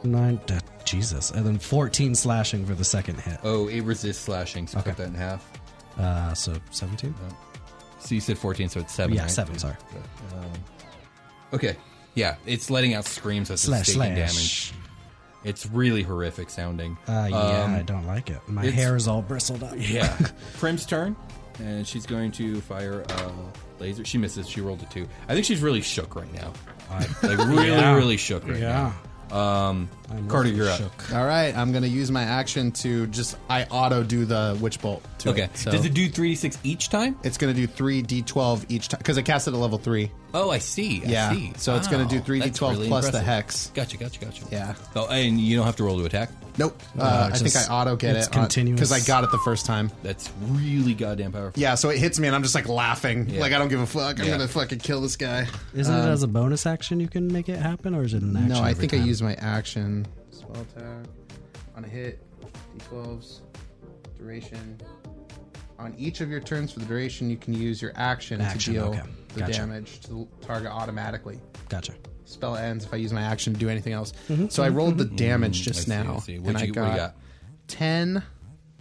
9. da- uh, Jesus. And then 14 slashing for the second hit.
oh, it resists slashing. So cut
Okay.
that in half.
Oh.
Uh, so 17?
So you said fourteen, so it's seven.
Yeah,
right?
7, sorry.
Okay. Yeah, it's letting out screams as
Slash,
it's taking
slash.
damage. It's really horrific sounding.
Uh, yeah,
Um,
I don't like it. My
it's-
hair is all bristled up.
Yeah. Prim's turn, and she's going to fire a laser. She misses. She rolled a two. I think she's really shook right now. Like really,
Yeah.
really shook right
Yeah.
now. Um,
I'm
Carter,
awfully
you're up.
shook.
All right, I'm gonna use my action to just I auto do the witch bolt. To
Okay.
it, so
Does it do three d six each time?
it's gonna do three d12 each time because I cast it at level three.
Oh, I see. I
Yeah,
see.
so it's gonna do
Wow,
3d12
that's really
plus the
impressive.
hex.
Gotcha, gotcha, gotcha.
Yeah.
Oh, and you don't have to roll to attack.
Nope, uh,
No,
I think I
just-
auto get
it's
it on-
continuous.
I got it the first time.
That's really goddamn powerful.
Yeah, so it hits me and I'm just like laughing,
Yeah.
like I don't give a fuck. I'm
Yeah.
gonna fucking kill this guy.
Isn't it as a bonus action you can make it happen, or is it an action?
Um, No, I
every
think I
time?
use my action. Spell attack on a hit, d12s, duration. On each of your turns for the duration, you can use your action,
Action,
to deal
okay.
the
Gotcha.
damage to the target automatically.
Gotcha.
Spell ends if I use my action to do anything else. So I rolled the damage
Mm-hmm. I
just
see, I
now,
see.
and
What'd
I
you- what do you got?
got ten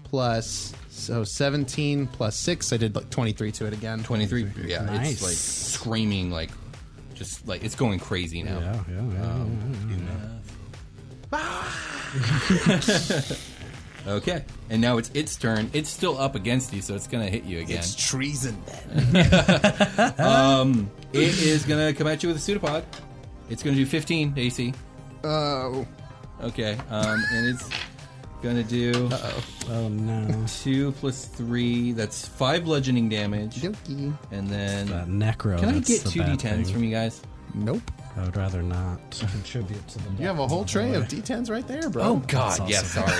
plus so seventeen plus six. I did like twenty three to it again.
23. Yeah, it's
Nice.
like screaming, like, just like, it's going crazy now.
Yeah, yeah, yeah.
Um,
Okay. And now it's its turn. It's still up against you, so it's going to hit you again.
treason.
It is going to come at you with a pseudopod. It's going to do 15 to AC.
Oh,
Okay. Um, and it's going to do
Oh no,
2 plus 3. That's 5 bludgeoning damage.
dokie.
And then.
that necro.
Can I
that's
get
the
two d10s
bad thing.
from you guys?
Nope.
I would rather not contribute to the.
You have a whole tray of Oh, d10s right there, bro.
God, yeah. Sorry,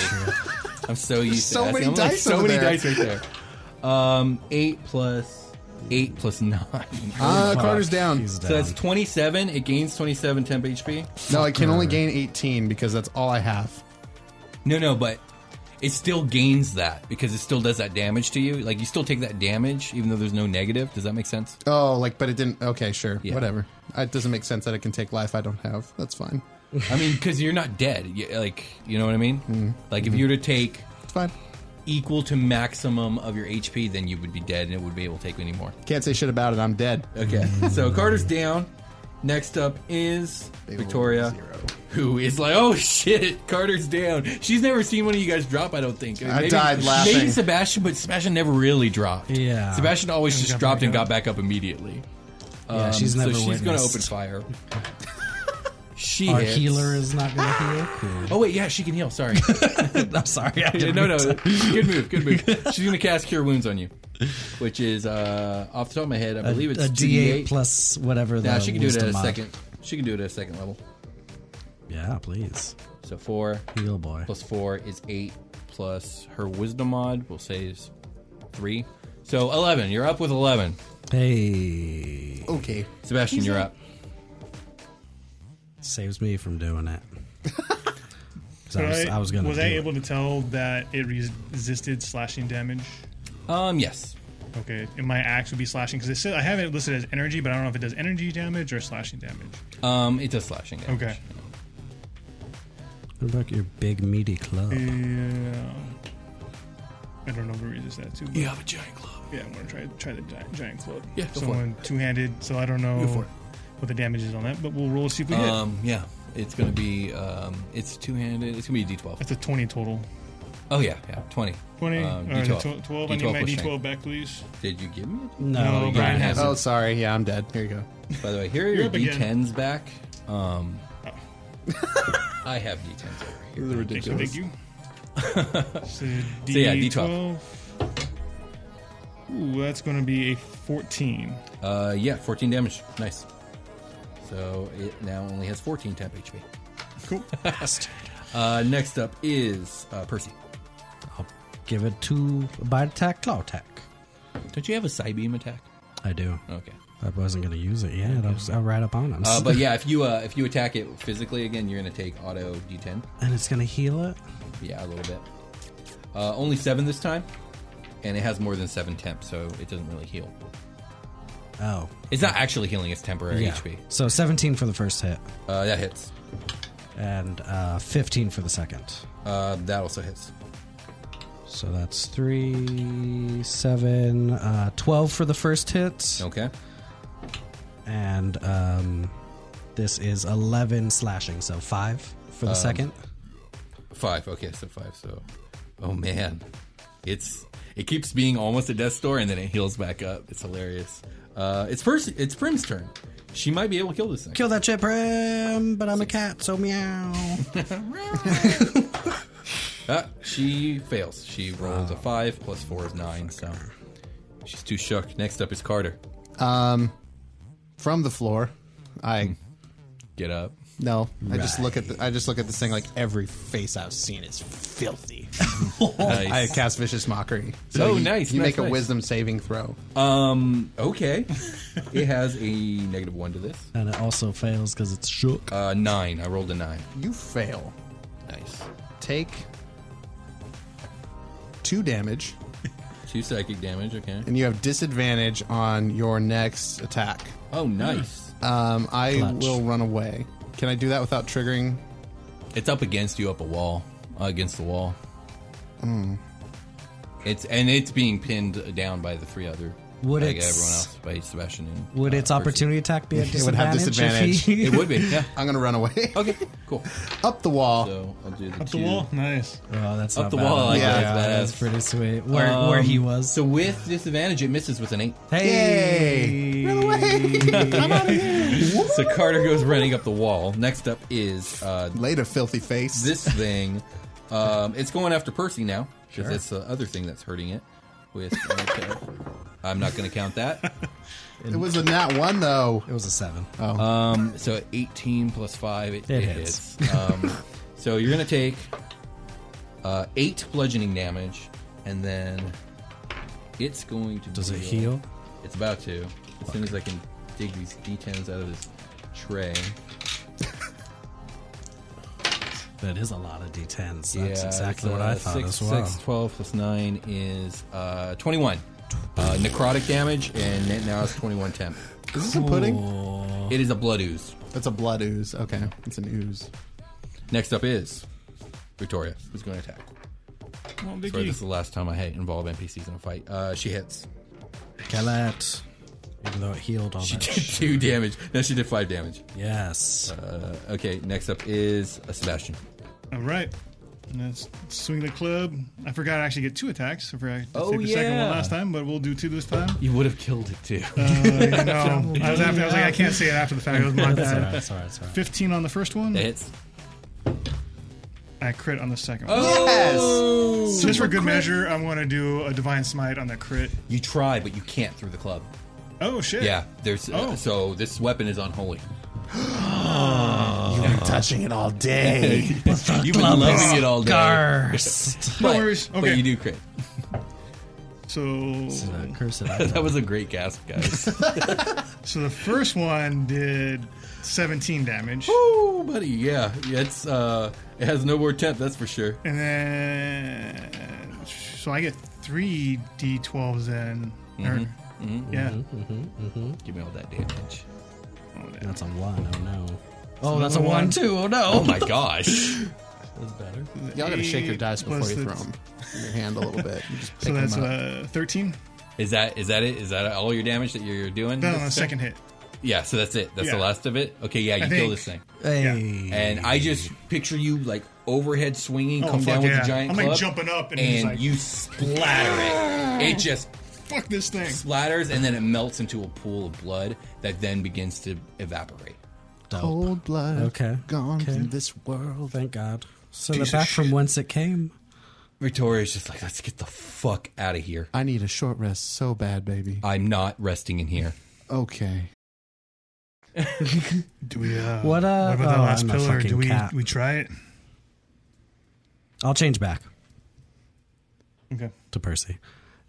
I'm so used
so
to that.
many
I'm like,
dice
so
over
many
there.
dice right there. Um, eight plus eight plus nine.
Uh,
Fuck,
Carter's down.
he's
so that's 27. It gains 27 temp HP.
No, I can only gain 18 because that's all I have.
No, no, but it still gains that because it still does that damage to you. Like you still take that damage even though there's no negative. Does that make sense?
Oh, like, but it didn't. Okay, sure.
Yeah.
Whatever. It doesn't make sense that it can take life I don't have. That's fine.
I mean, because you're not dead. You, like you know what I mean?
Mm-hmm.
Like if you were to take
It's fine.
equal to maximum of your HP, then you would be dead and it would be able to take any more.
Can't say shit about it. I'm dead.
Okay, so Carter's down. Next up is
rolled
Victoria,
zero.
who is like, "Oh shit, Carter's down." She's never seen one of you guys drop. I don't think.
I died laughing.
Maybe Sebastian, but Sebastian never really dropped.
Yeah.
Sebastian always
And
just
got
dropped
back
and
up.
got back up immediately.
Yeah,
Um,
she's never.
So she's gonna open
witnessed.
fire. she
Our
hits.
healer is not going to heal. Cool.
Oh wait, yeah, she can heal. Sorry.
I'm sorry. I didn't
no,
mean
no,
to-
good move, good move. She's gonna cast Cure Wounds on you, which is uh, off the top of my head, I
A,
believe it's
a
2d8.
D8 plus whatever.
Nah,
the
she can do it at
wisdom
a
mod.
second. She can do it at a second level.
Yeah, please.
So four
Heal boy.
plus four is eight. Plus her wisdom mod, we'll say is three. So eleven, you're up with eleven.
Hey,
Okay.
Sebastian, you're up.
saves me from doing it. 'Cause
So
I was,
I-
I was gonna.
was
do
I
it.
able to tell that it resisted slashing damage?
Um, yes.
Okay, and my axe would be slashing because I have it listed as energy, but I don't know if it does energy damage or slashing damage.
Um, it does slashing damage.
Okay.
What about your big meaty club?
Yeah. I don't know if it resists that too. But
You have a giant club.
Yeah, I'm gonna try try the giant, giant club.
Yeah, go
so
for it.
I'm two handed, so I don't know
for it.
what the damage is on that, but we'll roll to see if we hit.
Um, yeah. It's gonna be um, it's two handed. It's gonna be a D twelve.
That's a 20 total.
Oh yeah, yeah, twenty.
20?
Um,
or
D12.
12. 12 I need my
plus
D12
strength.
back, please.
Did you give me? it?
Mm.
No,
you
Brian
don't
has
have
Oh, sorry. Yeah, I'm dead. Here you go.
By the way, here are
You're
your
up again.
D10s back. Um,
Oh.
I have D10s over here.
This is
Thank you.
ridiculous.
Thank you. so, D12.
yeah,
Ooh, that's going to be a 14.
Uh, yeah, 14 damage. Nice. So it now only has 14 temp HP.
Cool.
Uh, next up is uh, Percy.
I'll give it to bite attack, claw attack.
Don't you have a side beam attack?
I do.
Okay.
I wasn't gonna use it yet. I was, I right up on him.
Uh, but yeah, if you uh, if you attack it physically again, you're gonna take auto D10.
and it's gonna heal it.
Yeah, a little bit. Uh, only seven this time, and it has more than seven temp, so it doesn't really heal.
Oh,
It's not actually healing; it's temporary
yeah.
HP.
So 17 for the first hit,
Uh, that hits.
and uh, 15 for the second.
Uh, that also hits.
So that's three, seven, uh, 12 for the first hit,
Okay.
and um, this is 11 slashing. So five for
Um,
the second.
Five. Okay, so five. So, oh man, it's it keeps being almost a death store, and then it heals back up. It's hilarious. Uh, it's first. It's Prim's turn. She might be able to kill this thing.
Kill that chip rim, but I'm a cat, so meow.
Ah, she fails. She rolls a five plus four is nine. So she's too shook. Next up is Carter.
Um, from the floor,
Hmm.
I
Get up.
no. I just look at the, I just look at this thing like every face I've seen is filthy. I
Nice.
cast vicious mockery.
Oh,
you,
nice,
You
nice,
make a
nice.
wisdom saving throw.
Um. Okay. it has a negative one to this.
and it also fails because it's shook.
Uh, nine. I rolled a nine.
You fail.
Nice.
Take two damage,
Two psychic damage. Okay.
and you have disadvantage on your next attack.
Oh, nice.
Um, I
Clutch.
will run away. Can I do that without triggering?
It's up against you, up a wall, uh, against the wall. It's and it's being pinned down by the three other.
Would
like
it s-
everyone else by Sebastian and
Would
uh,
its
Percy.
opportunity attack be a disadvantage?
would have
if he-
It would be. Yeah.
I'm gonna run away
Okay. Cool.
up the wall.
So I'll do the
Up
two.
the wall. Nice.
oh, that's
Up
not
the
bad.
wall. I like
Yeah.
that.
Yeah,
That's
That's
badass.
pretty sweet. Where,
Um,
where he was.
So with disadvantage, it misses with an eight.
Yay! Run away!
So Carter goes running up the wall. Next up is uh,
Laid a filthy face.
this thing. Um, it's going after Percy now because that's the other thing that's hurting it. With okay. I'm not going to count that.
it was a nat one though.
it was a seven.
Um, so 18 plus 5, it,
It
it
hits.
hits. Um, so you're going to take uh, 8 bludgeoning damage, and then it's going to
Does it
deal-
heal?
It's about to. As soon as I can dig these D10s out of this tray.
That is a lot of d10s. That's
Yeah,
exactly
it's,
what
uh,
I thought
six,
as well.
six, 12 plus 9 is uh, 21. Uh, necrotic damage, and it now it's 21 temp.
Is this a pudding?
Oh.
It is a blood ooze.
That's a blood ooze. Okay, it's an ooze.
Next up is Victoria, who's going to attack.
Well,
Sorry,
Vicky.
this is the last time I had involve NPCs in a fight. Uh, she hits.
Kill it. Even though it healed all
She
that.
did
shit.
two damage. No, she did five damage.
Yes.
Uh, okay, next up is uh, Sebastian.
All right. Let's swing the club. I forgot I actually get two attacks. I forgot to
Oh,
take the second
yeah.
one last time, but we'll do two this time.
You would have killed it too.
Uh, no, I was, after, I was like, I can't say it after the fact. It was my
That's all right.
bad.
That's all right. That's all right.
15 on the first one.
That hits.
I crit on the second one.
Oh, Yes.
Just for good measure, I'm going to do a divine smite on the crit.
You try, but you can't through the club.
Oh shit!
Yeah. There's. Uh,
Oh.
So this weapon is unholy.
Touching it all day.
You've been loving it all day,
Cursed.
No
but,
worries.
but
Okay.
you do crit.
So,
Uh, curse it out.
that was a great gasp, guys.
so the first one did 17 damage,
Woo, buddy. Yeah, yeah. It's uh, it has no more temp. That's for sure.
and then so I get three d12s then. or- yeah.
Give me all that damage.
Oh, damn.
That's a one. Oh no. Oh, that's a
another
one
one.
too. Oh no.
Oh my gosh.
That's better.
Y'all gotta shake your
Eight
dice before
plus
you
the-
throw them. In your hand a little bit. You just pick
So that's
them up.
uh, 13.
Is that is that it? Is that all your damage that you're doing?
That on the second hit.
Yeah. So that's it. That's the
Yeah.
last of it. Okay. Yeah. You
I
kill
think.
this thing.
Hey.
And I just picture you like overhead swinging,
Oh,
come down
fuck
with
yeah.
a giant
I'm, like,
club,
jumping up and he's
and
like-
you splatter it. It just
Fuck this thing.
splatters and then it melts into a pool of blood that then begins to evaporate.
Cold blood.
Okay.
Gone
Okay.
from this world.
Thank God. So
Piece
they're
of
back from
shit.
whence it came.
Victoria's just like, let's get the fuck out of here.
I need a short rest so bad, baby.
I'm not resting in here.
Okay.
Do we, uh,
What, uh,
what about that
oh,
last
I'm a
pillar?
fucking
Do we
cat.
we try it?
I'll change back
Okay.
to Percy.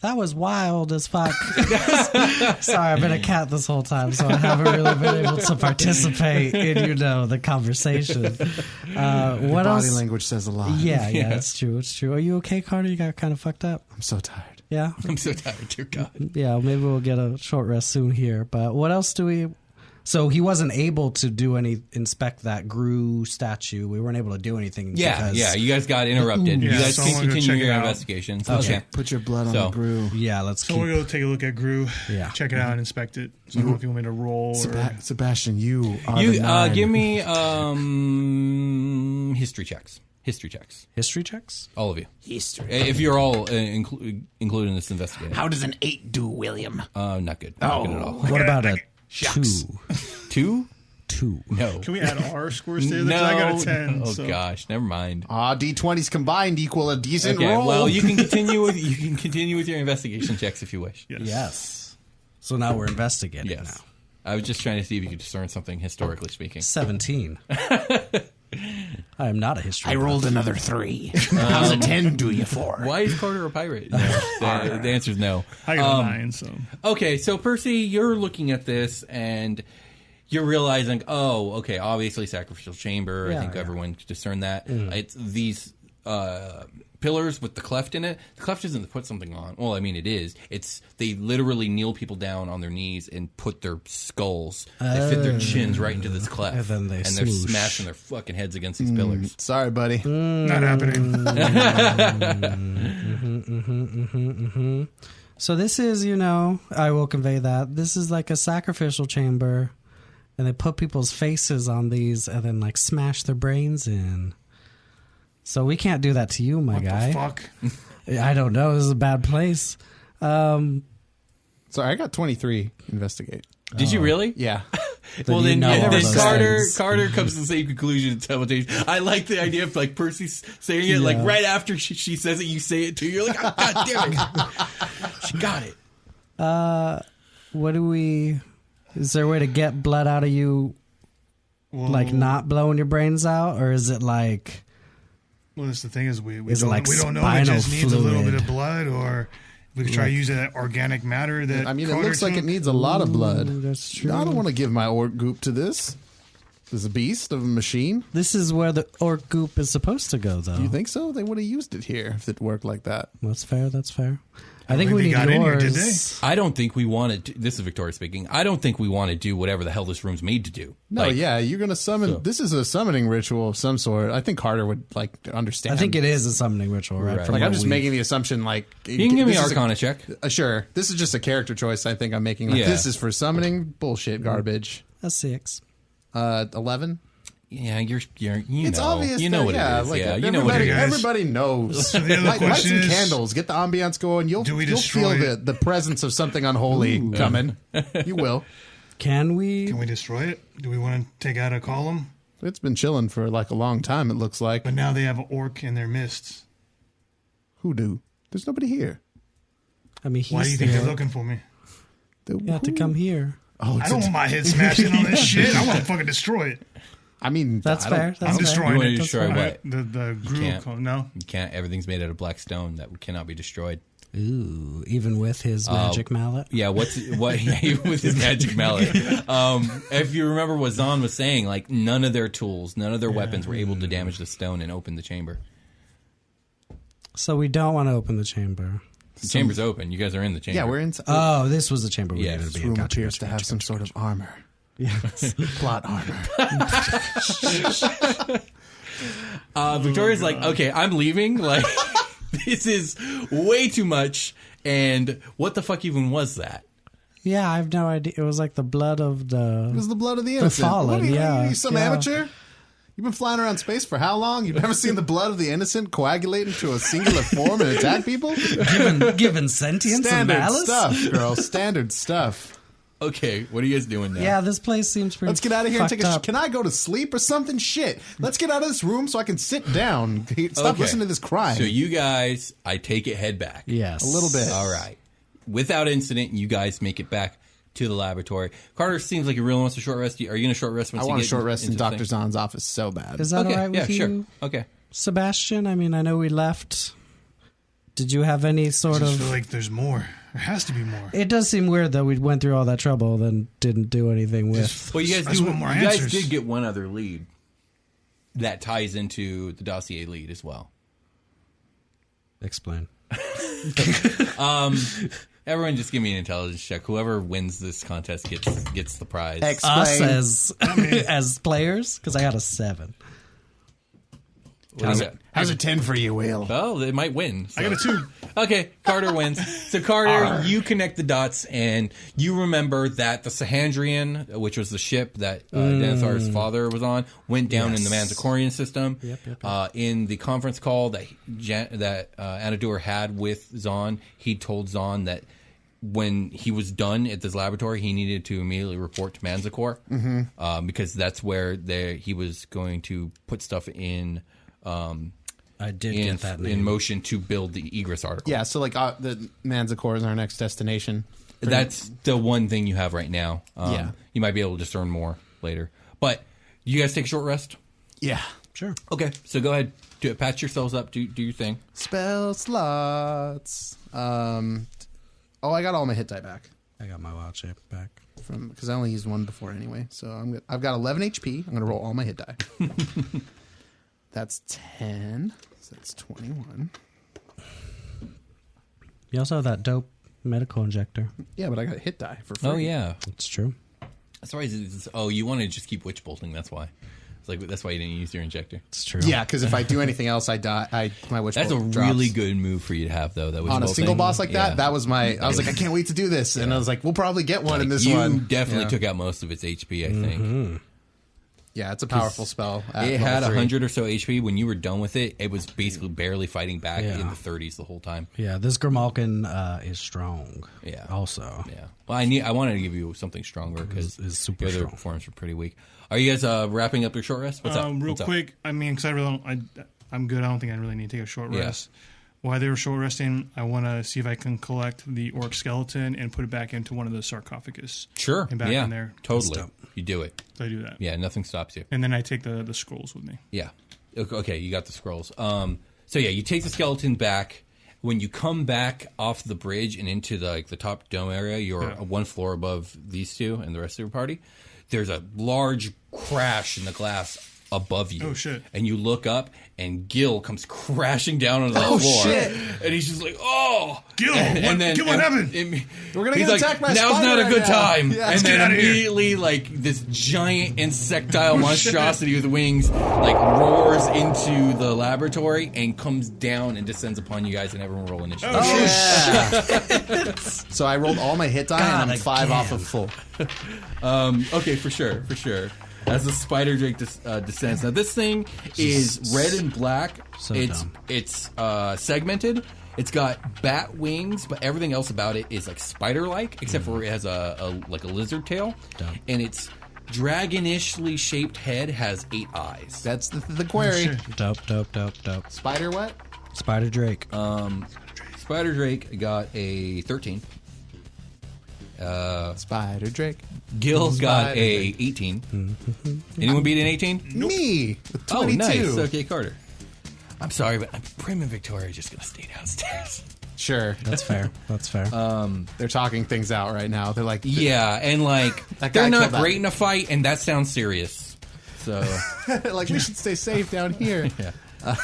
That was wild as fuck. Sorry, I've been a cat this whole time, so I haven't really been able to participate in you know the conversation. Uh, what
Body
else?
language says a lot.
Yeah, yeah, it's true. It's true. Are you okay, Carter? You got kind of fucked up.
I'm so tired.
Yeah,
I'm so tired, dear God.
yeah. Maybe we'll get a short rest soon here. But what else do we? So he wasn't able to do any inspect that Gru statue. We weren't able to do anything.
Yeah,
because-
yeah. You guys got interrupted.
Yeah,
you guys
someone
can
go
continue
check it
your
out.
investigations.
Okay.
Okay.
Put your blood on
So-
the groove.
yeah. Let's
So we'll
keep.
go take a look at Gru.
Yeah. Mm-hmm.
Check it out and inspect it. So I don't know if you want me to roll or.
Seba- Sebastian, you are the
You uh,
nine.
give me um, history checks. History checks.
History checks.
All of you. History. If you're all uh, inclu- included in this investigation. How does an eight do, William? Uh, not good. Not good at all.
What about a two?
Two?
Two.
No.
Can we add our scores to it?
no.
I got a 10.
Oh
so.
gosh, never mind.
Ah, D20s combined equal a decent
Okay,
roll.
well, you can continue with you can continue with your investigation checks if you wish.
Yes.
Yes. So now we're investigating.
Yes.
Now.
I was just trying to see if you could discern something historically speaking.
Seventeen. I am not a history.
I
buff.
rolled another three. How's a ten do you for?
Why is Carter a pirate? No, the, the answer is no.
I got a 9, so.
Okay, so Percy, you're looking at this and you're realizing, oh, okay, obviously sacrificial chamber.
Yeah, Mm-hmm.
I think
yeah.
everyone can discern that. It's these uh, pillars with the cleft in it. The cleft isn't to put something on. Well, I mean, it is. It's they literally kneel people down on their knees and put their skulls. They fit their chins right into this cleft,
Oh. And then they
and they're
swoosh. Mm.
smashing their fucking heads against these pillars.
Sorry, buddy.
Not happening.
So this is, you know, I will convey that this is like a sacrificial chamber, and they put people's faces on these and then like smash their brains in. So we can't do that to you, my
What
guy.
the fuck?
I don't know. This is a bad place. Um,
Sorry, I got 23. Investigate.
Did
Oh.
you really?
Yeah.
well,
you
then,
know
yeah,
all
then
those
Carter
things.
Carter comes to the same conclusion in simultaneous. I like the idea of like Percy s- saying it like
Yeah.
right after she, she says it, you say it too. You're like, "Oh, God damn it, she got it.
what do we? Is there a way to get blood out of you, like not blowing your brains out, or is it like?
Well, that's the thing is we, we,
Is it
don't,
like
we don't know if it
spinal
just needs a little bit
fluid?
of blood or if we could try using that organic matter that.
I mean, it
Carter
looks like
took.
it needs a lot of blood.
that's true.
I don't want to give my orc goop to this. This is a beast of a machine.
This is where the orc goop is supposed to go, though.
Do you think so? They would have used it here if it worked like that.
That's fair. That's fair. I, think,
think
we
they
need
got
yours.
in here, did
I don't think we want to. This is Victoria speaking. I don't think we want to do whatever the hell this room's made to do.
No,
Like,
yeah, you're gonna summon.
So-
This is a summoning ritual of some sort. I think Carter would like understand.
I think it is a summoning ritual, right?
Right.
From
Like I'm
what
just
we-
making the assumption. Like
You can give me
this is a-
Arcana check.
uh, sure, this is just a character choice. I think I'm making. Like,
Yeah.
This is for summoning bullshit garbage.
a six.
Uh, Eleven.
Yeah, you're. you're you
It's
know,
obvious.
You know
that,
what
yeah,
it is.
Like,
yeah, you
everybody,
know what it is.
guys.
Everybody knows.
the other
light, light
question
some
is,
candles. Get the ambiance going. You'll
do we
you'll feel
destroy
the,
it?
the presence of something unholy coming. you will.
Can we?
Can we destroy it? Do we want to take out a column?
It's been chilling for like a long time. It looks like
But now they have an orc in their midst.
hoodoo. There's nobody here.
I mean, he's
Why do you think
there.
they're looking for me?
The-
You have to come here.
Oh,
I
it's
don't
a-
want my head smashed in on this shit. I want to fucking destroy it.
I mean,
That's
I don't-
fair. That's
I'm
fair.
destroying
You wanna
it.
destroy
I-
what?
The the
can't.
groove. Col- no,
You can't. Everything's made out of black stone that cannot be destroyed.
Ooh, even with his magic mallet.
Yeah, what's what with his magic mallet? Um, if you remember what Zahn was saying, like none of their tools, none of their weapons were able to damage the stone and open the chamber.
So we don't want to open the chamber.
The chamber's open. You guys are in the chamber.
Yeah, we're inside.
Oh, this was the chamber we
Yeah,
needed
this
to be
room
in. Gotcha,
appears
gotcha,
to have some sort of armor. Plot armor.
Uh, Victoria's like, okay, I'm leaving. Like, this is way too much. And what the fuck even was that?
Yeah, I have no idea. It was like the blood of the.
It was the blood of the innocent.
fallen,
What are you,
yeah,
are you some
yeah.
amateur? You've been flying around space for how long? You've never seen the blood of the innocent coagulate into a singular form and attack people?
given, given sentience and
Standard
malice?
stuff, girl. Standard stuff.
Okay, what are you guys doing now?
Yeah, this place seems pretty.
Let's get out of here and take
fucked
a. Sh-
up.
can I go to sleep or something? Shit. Let's get out of this room so I can sit down. Stop
Okay.
listening to this crying.
So you guys, I take it head back.
Yes.
a little bit.
All right. Without incident, you guys make it back to the laboratory. Carter seems like he really wants a short rest. Are you going to short rest? Once
I
you
want a
get
short rest in
into the thing?
Dr. Zahn's office so bad.
Is that
Okay.
all right
yeah.
with
sure.
you,
Okay.
Sebastian? I mean, I know we left. Did you have any sort
Just
of.
feel like there's more. There has to be more.
It does seem weird that we went through all that trouble, then didn't do anything with.
Well, you guys
I just
do.
want more
you guys
answers.
did get one other lead that ties into the dossier lead as well.
Explain.
Everyone, just give me an intelligence check. Whoever wins this contest gets gets the prize.
Us as as players, because I got a seven.
What is it?
How's a 10 for you, Will?
Well, they might win. so-
I got a two.
Okay, Carter wins. So Carter, you connect the dots and you remember that the Sahandrian, which was the ship that uh, Denethor's father was on, went down in the Manzikorian system. Yep, Uh, in the conference call that Jan- that uh, Anadur had with Zahn, he told Zahn that when he was done at this laboratory, he needed to immediately report to Manzikor uh, because that's where they, he was going to put stuff in. Um,
I did
in,
get that
in
name.
motion to build the egress article.
Yeah, so like uh, the Manzikor is our next destination.
That's the one thing you have right now. Um,
Yeah.
You might be able to discern more later. But you guys take a short rest?
Yeah.
sure.
Okay. So go ahead. Do it. Patch yourselves up. Do, do your thing.
Spell slots. Um, oh, I got all my hit die back
I got my wild shape back.
from because I only used one before anyway. So I'm go- I've got 11 HP. I'm gonna roll all my hit die. that's 10. So that's 21.
You also have that dope medical injector.
Yeah, but I got a hit die for free.
Oh, yeah.
It's true.
That's why. it's- it's- oh, you want to just keep witch bolting. That's why. It's like That's why you didn't use your injector.
It's true.
Yeah, because if I do anything else, I die. I my witch.
That's a
bolt drops.
really good move for you to have, though. That was
on a
bolting.
single boss like that.
Yeah.
That was my. I was like, I can't wait to do this, and I was like, we'll probably get one in this
you
one.
definitely
yeah.
took out most of its HP, I think.
Yeah, it's a powerful spell. at
It
level
had
three.
100 or so HP. When you were done with it, it was basically barely fighting back
Yeah.
in the 30s the whole time.
Yeah, this Grimalkin uh, is strong.
Yeah.
Also.
Yeah. Well, I need. I wanted to give you something stronger because
It's- it's super
the other
strong.
forms were pretty weak. Are you guys uh, wrapping up your short rest? What's
Um,
up?
real
What's up?
quick, I mean, because I really don't, I, I'm good. I don't think I really need to take a short
Yeah.
rest. While they were short resting, I want to see if I can collect the orc skeleton and put it back into one of the sarcophagus.
Sure.
And back
yeah.
in there.
Totally. You do it.
So I do that.
Yeah. Nothing stops you.
And then I take the, the scrolls with me.
Yeah. Ok- Okay. You got the scrolls. Um. So yeah, you take the skeleton back. When you come back off the bridge and into the, like the top dome area, you're
Yeah.
one floor above these two and the rest of your party. There's a large crash in the glass above you.
Oh, shit.
And you look up, and Gil comes crashing down onto the
Oh,
floor.
shit.
And he's just like, "Oh,
Gil, what- Gil, what happened?
We're gonna
he's
get
like,
attacked by a
now's
spider
not a
right
good
now."
time.
Yeah.
and
Let's
get
then
outta here. Oh,
immediately, like this giant insectile monstrosity with wings, like roars into the laboratory and comes down and descends upon you guys, and everyone roll initiative.
Yeah. Oh, so I rolled all my hit die, and I'm five off of full.
Um, okay, for sure, for sure. As the spider drake des- uh, descends, now this thing is red and black.
So
it's
dumb.
it's uh, segmented. It's got bat wings, but everything else about it is like spider-like, except for it has a, a like a lizard tail,
Dumb.
and its dragonishly shaped head has eight eyes.
That's the, the
Oh,
query.
Dope, dope, dope, dope.
Spider what?
Spider Drake.
Uh, Spider Drake got a thirteen.
Spider Drake.
Gil got
Spider
a eighteen. Anyone beat an eighteen?
Me with
Oh,
22.
nice. Okay, Carter. I'm sorry, but I'm Prim and Victoria are just gonna stay downstairs.
Sure.
That's fair. That's fair.
uh,
They're talking things out right now. They're like,
Yeah, and like
That guy
they're not
killed that-
great in a fight, and that sounds serious. So
like we should stay safe down here. yeah.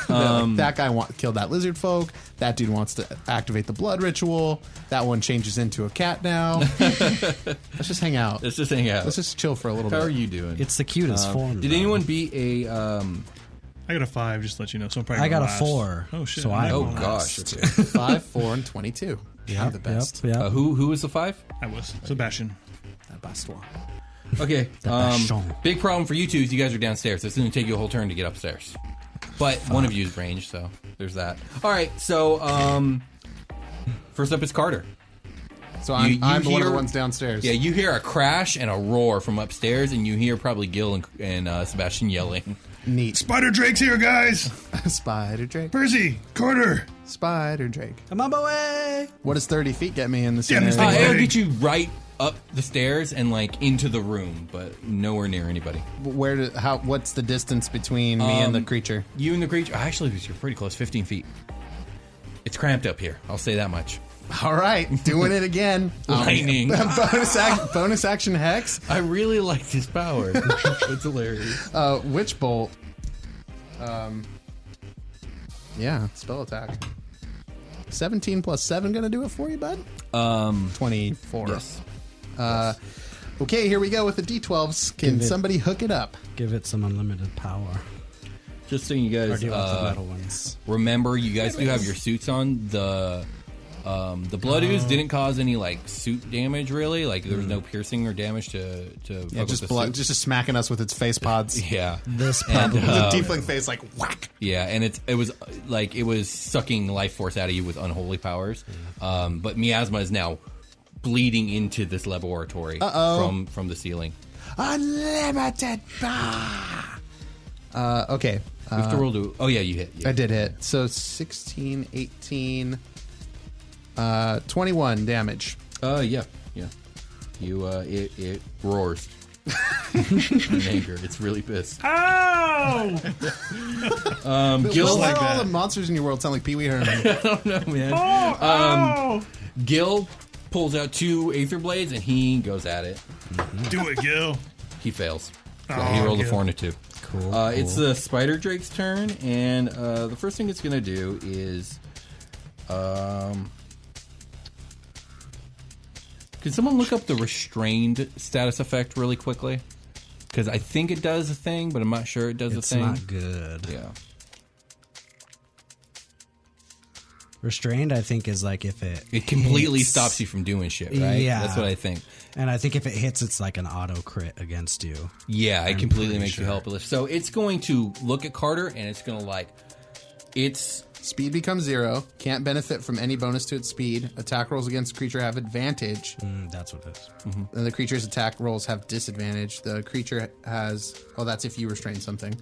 Um,
that guy wa- killed that lizard folk. That dude wants to activate the blood ritual. That one changes into a cat now. Let's just hang out.
let's just hang out.
Let's just chill for a little
How
bit.
are you doing?
it's the cutest form.
uh, Did
though.
anyone beat a? Um,
I got a five, just to let you know. So I'm probably
I got
gonna
a
last.
four.
Oh shit!
So
I'm
I-
not
oh
gonna
gosh.
last.
Okay.
Five, four, and twenty-two. Yeah, the best.
Yep. Yep.
Uh, who who was the five?
I was Sebastian.
The best one.
Okay. Um,
Sean.
big problem for you two is you guys are downstairs. It's going to take you a whole turn to get upstairs. But one of you is range, so there's that. All right. So um, first up is Carter.
So I'm,
You- you
I'm the one of the
hear-
ones downstairs.
Yeah, you hear a crash and a roar from upstairs, and you hear probably Gil and, and uh, Sebastian yelling.
Neat.
Spider Drake's here, guys.
Spider Drake.
Percy, Carter.
Spider Drake.
I'm on my way.
What does 30 feet get me in this
Damn, this
Uh,
scenario?
thing-
it'll get you right up the stairs and like into the room, but nowhere near anybody.
Where? Do, how? What's the distance between me and the
Um,
creature?
You and the creature. Actually, you're pretty close. 15 feet. It's cramped up here. I'll say that much.
All right, doing it again. Um,
Lightning.
bonus, ac- bonus action hex.
I really like this power. it's hilarious.
Uh, witch bolt. Um. Yeah, spell attack. Seventeen plus seven gonna do it for you, bud. Um, twenty-four.
Yes.
Uh, okay, here we go with the d12s. Can
Give it-
somebody hook it up?
Give it some unlimited power.
Just so you
Or
guys
do you want the
uh,
metal ones?
remember, you guys do have your suits on. The um, the blood ooze
Oh.
didn't cause any like suit damage, really. Like there was no piercing or damage to to fuck
Mm. Yeah,
with
just
the
blood,
suit.
just just smacking us with its face pods.
yeah.
This
And,
probably.
uh,
the tiefling face, like whack.
Yeah, and it's it was uh, like it was sucking life force out of you with unholy powers.
Mm.
Um, but miasma is now bleeding into this laboratory from from the ceiling.
Unlimited bar. Uh, okay,
We have to roll to- oh yeah, you hit. Yeah.
I did hit. So 16, 18, uh, 21 damage.
Uh, yeah, yeah. You uh, it it roars in anger. It's really pissed.
Oh,
Um,
Gil-
why
Like
do all
that.
the monsters in your world sound like Pee Wee Herman?
No man.
oh, oh.
Gil pulls out two aether blades and he goes at it.
Do it, Gil.
He fails. So
Oh,
he rolled a
Gil.
four and a two.
cool.
Uh, it's the Spider Drake's turn, and uh, the first thing it's going to do is. Um, can someone look up the restrained status effect really quickly? Because I think it does a thing, but I'm not sure it does
It's
a thing.
not good.
Yeah.
Restrained, I think, is like if it
It completely
hits-
stops you from doing shit, right?
Yeah.
That's what I think.
And I think if it hits, it's like an auto crit against you.
Yeah, it
I'm
completely
pretty
makes you
sure.
helpless. So it's going to look at Carter and it's going to like. It's
speed becomes zero. Can't benefit from any bonus to its speed. Attack rolls against creature have advantage.
Mm, that's what it is.
And the creature's attack rolls have disadvantage. The creature has. Oh, that's if you restrain something.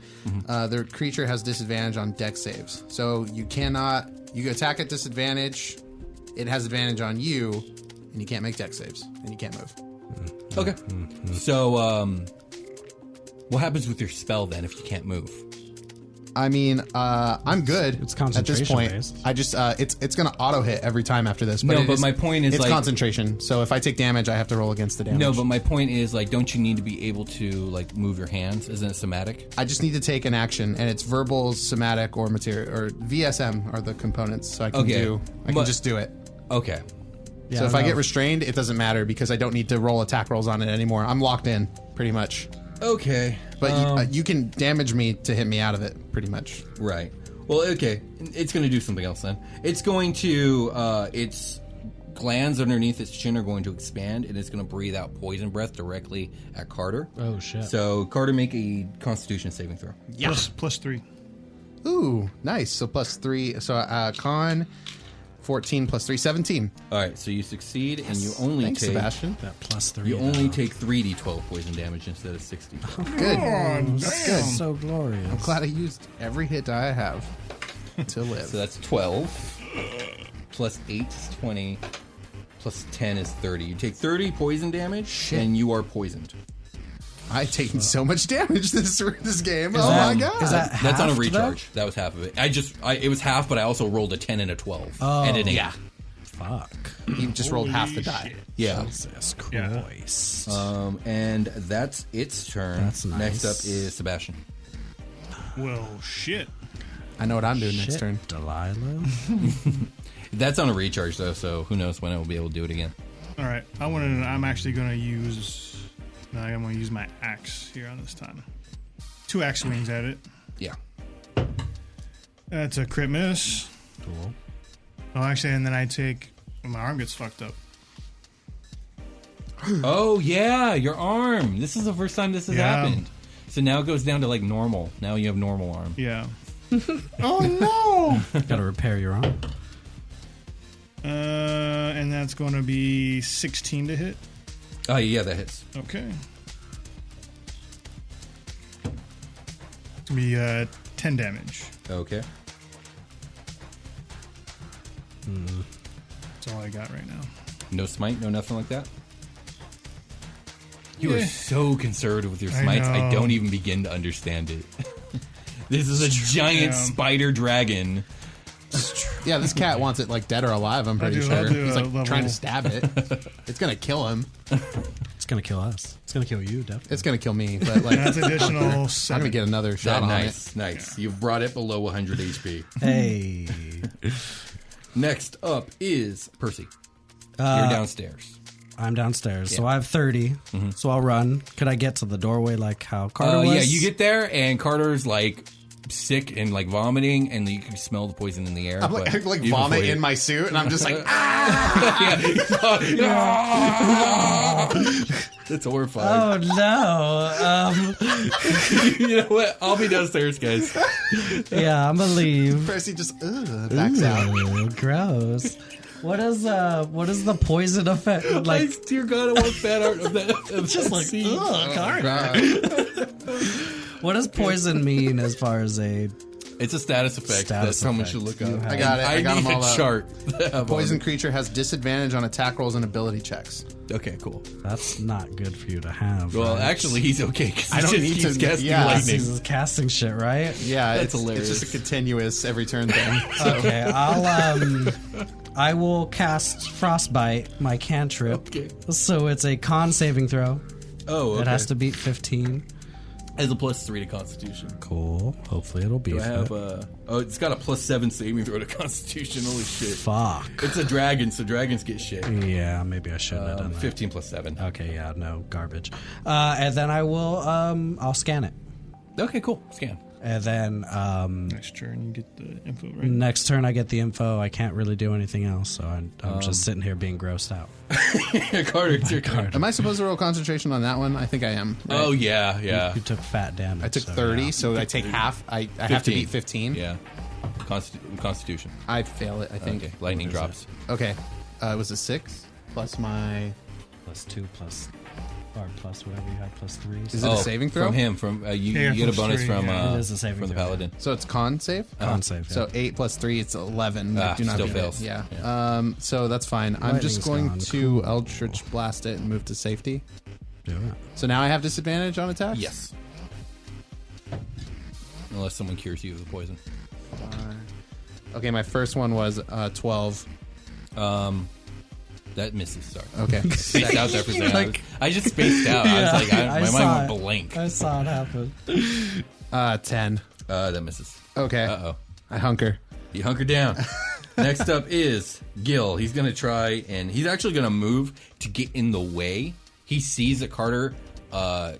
Uh, the creature has disadvantage on deck saves. So you cannot. You attack at disadvantage. It has advantage on you, and you can't make deck saves, and you can't move.
Okay. So, um, what happens with your spell then if you can't move?
I mean, uh, I'm
It's
good. at this
concentration
point.
based.
I just uh, it's it's gonna auto hit every time after this. But
No,
it
but my point is,
it's
like-
concentration. So if I take damage, I have to roll against the damage.
No, but my point is, like, don't you need to be able to like move your hands? Isn't it somatic?
I just need to take an action, and it's verbal, somatic, or material, or VSM are the components. So I can
Okay.
do. I can
But-
just do it.
Okay.
Yeah,
so if
don't
I get
know.
restrained, it doesn't matter because I don't need to roll attack rolls on it anymore. I'm locked in pretty much.
Okay.
But you,
Um,
uh, you can damage me to hit me out of it pretty much.
Right. Well, okay. It's going to do something else then. It's going to uh, its glands underneath its chin are going to expand, and it's going to breathe out poison breath directly at Carter.
Oh, shit.
So Carter, make a Constitution saving throw.
Plus, plus three.
Ooh, nice. So plus three. So uh, con. 14 plus 3, 17.
All right. So you succeed, and you only
Thanks,
take
Sebastian.
That plus three.
you only
though.
take three d12 poison damage instead of sixty.
Good.
Damn.
That's so glorious.
I'm glad I used every hit die I have to live.
So that's 12. Plus 8 is 20. Plus 10 is 30. You take 30 poison damage, and you are poisoned.
I've taken so much damage this this game. oh
that-
my god!
is that-
That's on a
Half,
recharge. That was half of it. I just, I, it was half, but I also rolled a 10 and a 12.
Oh.
And an 8.
Yeah. Fuck.
You just rolled half the die.
Yeah.
Jesus
Yeah.
Christ.
Uh,
Um, and that's its turn.
That's
Next
nice.
up is Sebastian.
Well, shit.
I know what I'm doing
Shit,
next turn.
Delilah.
That's on a recharge though, so who knows when it will be able to do it again.
All right, I want to. I'm actually going to use. No, I'm going to use my axe here on this time. Two axe swings at it.
Yeah.
That's a crit miss.
Cool.
Oh, actually, and then I take. My arm gets fucked up.
Oh yeah, your arm. This is the first time this has
Yeah.
happened. So now it goes down to like normal. Now you have normal arm.
Yeah.
Got to repair your arm.
Uh, and that's going to be 16 to hit.
Oh yeah, that hits.
Okay. It's going to be uh, 10 damage.
Okay.
That's all I got right now.
No smite, no nothing like that. You
Yeah.
are so conservative with your
I
smites. I,
know.
don't even begin to understand it. this is a giant
Yeah.
spider dragon.
Yeah, this cat wants it like dead or alive. I'm pretty
do-
sure
I'll do
he's
a
like
level-
trying to stab it. it's gonna kill him.
It's gonna kill us. It's gonna kill you, definitely.
It's gonna kill me. But like,
That's additional
I'm gonna
7.
get another shot
That
on
nice, nice. You've brought it below 100 HP.
Hey.
Next up is Percy. You're downstairs.
I'm downstairs, so I have 30. So I'll run. Could I get to the doorway like how Carter
Mm-hmm. Uh,
was?
yeah, you get there, and Carter's like sick and like vomiting, and you can smell the poison in the air.
it. I'm like, I,
but
like
you-
vomit
before you-
in my suit, and I'm just like, ah,
That's horrifying.
Oh no! Um,
you know what? I'll be downstairs, guys.
yeah, I'm gonna leave.
Percy just ugh, backs out.
Ew, gross. What is uh? What is the poison effect? Like
Like, dear God, I want fan art of that. Of
just
that
like
scene.
ugh, Carter. What does poison mean as far as a?
It's a status effect that
Status
someone
effect.
should look
You
up.
have-
I got it. I, got
need
them all
a
up.
chart.
Poison creature has disadvantage on attack rolls and ability checks.
Okay, cool.
That's not good for you to have.
Well,
right?
actually, he's okay because he
I don't
just
need
keeps
to-
casting
yeah.
lightning.
this is casting shit, right?
Yeah,
That's
it's,
hilarious.
It's just a continuous every turn thing.
Okay, I'll um, I will cast frostbite my cantrip.
Okay.
So it's a con saving throw.
Oh, okay.
It has to beat 15.
as a plus three to Constitution.
Cool. Hopefully it'll beat
Do I have a? Oh, it's got a plus seven saving throw to Constitution. Holy shit!
Fuck.
It's a dragon, so dragons get shit.
Yeah, maybe I shouldn't have
Um,
done that.
Fifteen plus seven.
Okay, yeah, no garbage. Uh, and then I will um, I'll scan it,
Okay, cool. Scan.
and then um,
Next turn, you get the info, right?
Mm.
next turn I get the info. I can't really do anything else, so I'm,
Um,
I'm just sitting here being grossed out.
Carter, it's your turn.
Am I supposed to roll concentration on that one? I think I am. right?
Oh yeah, yeah.
You took fat damage.
I took
so, yeah.
30, so I take half. I, I have to beat 15.
Yeah. Consti- Constitution.
I fail it, I think.
Okay. Lightning drops.
Okay. Uh, it was a 6 plus my.
plus two plus or plus whatever you had plus three.
Is it a saving throw?
Oh, from him? From uh, you,
Yeah,
you get a
from
bonus
three,
from
yeah.
uh,
It is a saving
from the
throw, yeah.
paladin.
So it's con save?
oh,
con save?
So 8 plus 3, it's 11.
Uh, Ah,
I do not
still
beat
fails.
It. Yeah. Um, so that's fine. I'm just
Lightning's
going
gone.
to Eldritch Blast it and move to safety.
do it.
So now I have disadvantage on attacks?
Yes. Unless someone cures you of the poison.
Okay, my first one was uh, 12.
That misses. Sorry.
Okay.
Spaced out there for a second.
Like-
I just spaced out. Oh, I was like, I, my mind went blank.
I saw it happen.
uh, 10.
Uh, that misses.
Okay.
Uh oh.
I hunker.
You hunker down. Next up is Gil. He's going to try and he's actually going to move to get in the way. He sees that Carter uh,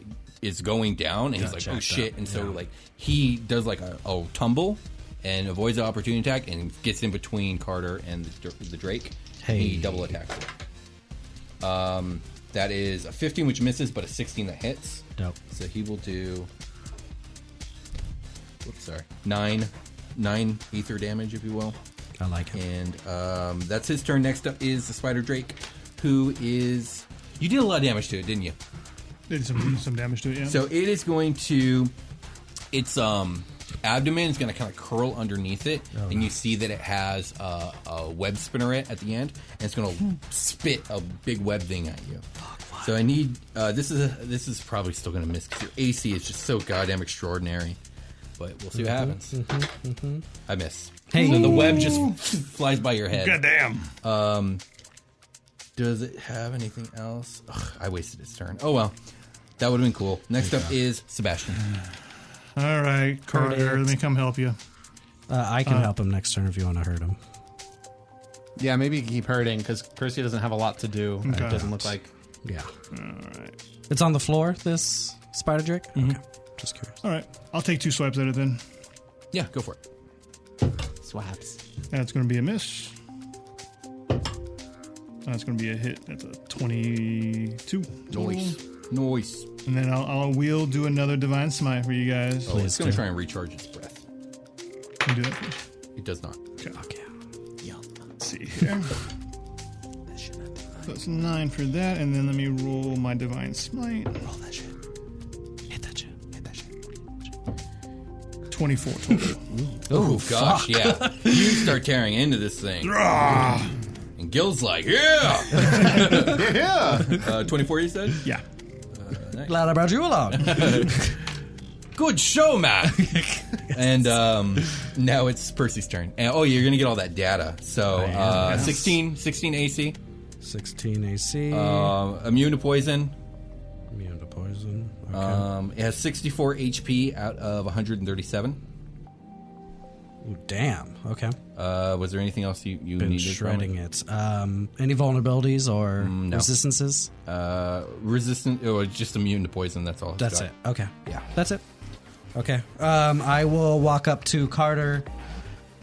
is going down and he's like, oh
jacked
shit. And so, like, he does like a, a tumble and avoids the opportunity attack and gets in between Carter and the, dr- the Drake. And He
Hey.
double attacks it. Um, that is a 15, which misses, but a 16 that hits.
Dope.
So he will do. Whoops, sorry. Nine, nine ether damage, if you will,
I like it.
and um, that's his turn. Next up is the spider drake, who is. You did a lot of damage to it, didn't you?
Did some, some damage to it, yeah.
So it is going to. Its um abdomen is going to kind of curl underneath it, and you see that it has uh, a web spinneret at the end, and it's going to spit a big web thing at you. So I need uh, this is a, this is probably still going to miss because your AC is just so goddamn extraordinary. But we'll see what happens. I miss.
Hey.
Mm-hmm. So the web just flies by your head.
Goddamn.
Does it have anything else? Ugh, I wasted its turn. Oh well, that would have been cool. Next up is Sebastian.
All right, Carter, let me come help you.
Uh, I can help him next turn if you want to hurt him.
Yeah, maybe you can keep hurting because Percy doesn't have a lot to do.
Okay.
It doesn't look like.
Yeah. All right. It's on the floor. This spider drake.
Mm-hmm.
Okay. Just curious.
All right, I'll take two swipes at it then.
Yeah, go for it.
Swaps.
That's going to be a miss. That's going to be a hit. That's a 22.
Noise, Mm. Oh, noise.
And then I'll, I'll will do another divine smite for you guys.
Oh, it's
Please
going
do.
to try and recharge its breath.
Can you do that first?
It does not.
Fuck yeah.
Let's see here. That's nine for that, and then let me roll my divine smite.
Roll that shit. Hit that shit. Hit that shit.
Twenty-four total.
Oh gosh, yeah. You start tearing into this thing, and Gil's like, "Yeah, yeah." Uh, Twenty-four, you said.
yeah.
Glad I brought you along.
Good show, Matt. and um, now it's Percy's turn. And, oh, you're gonna get all that data. So uh, 16, 16 AC,
16 AC.
um, immune to poison.
immune to poison. Okay.
Um, it has 64 HP out of 137.
Ooh, damn. Okay.
Uh, was there anything else you, you
Been
needed? from
shredding it. Um, any vulnerabilities or resistances?
it? Uh, resistant, or just immune to poison. That's all. it's
That's
got.
it. Okay.
Yeah.
That's it. Okay. Um, I will walk up to Carter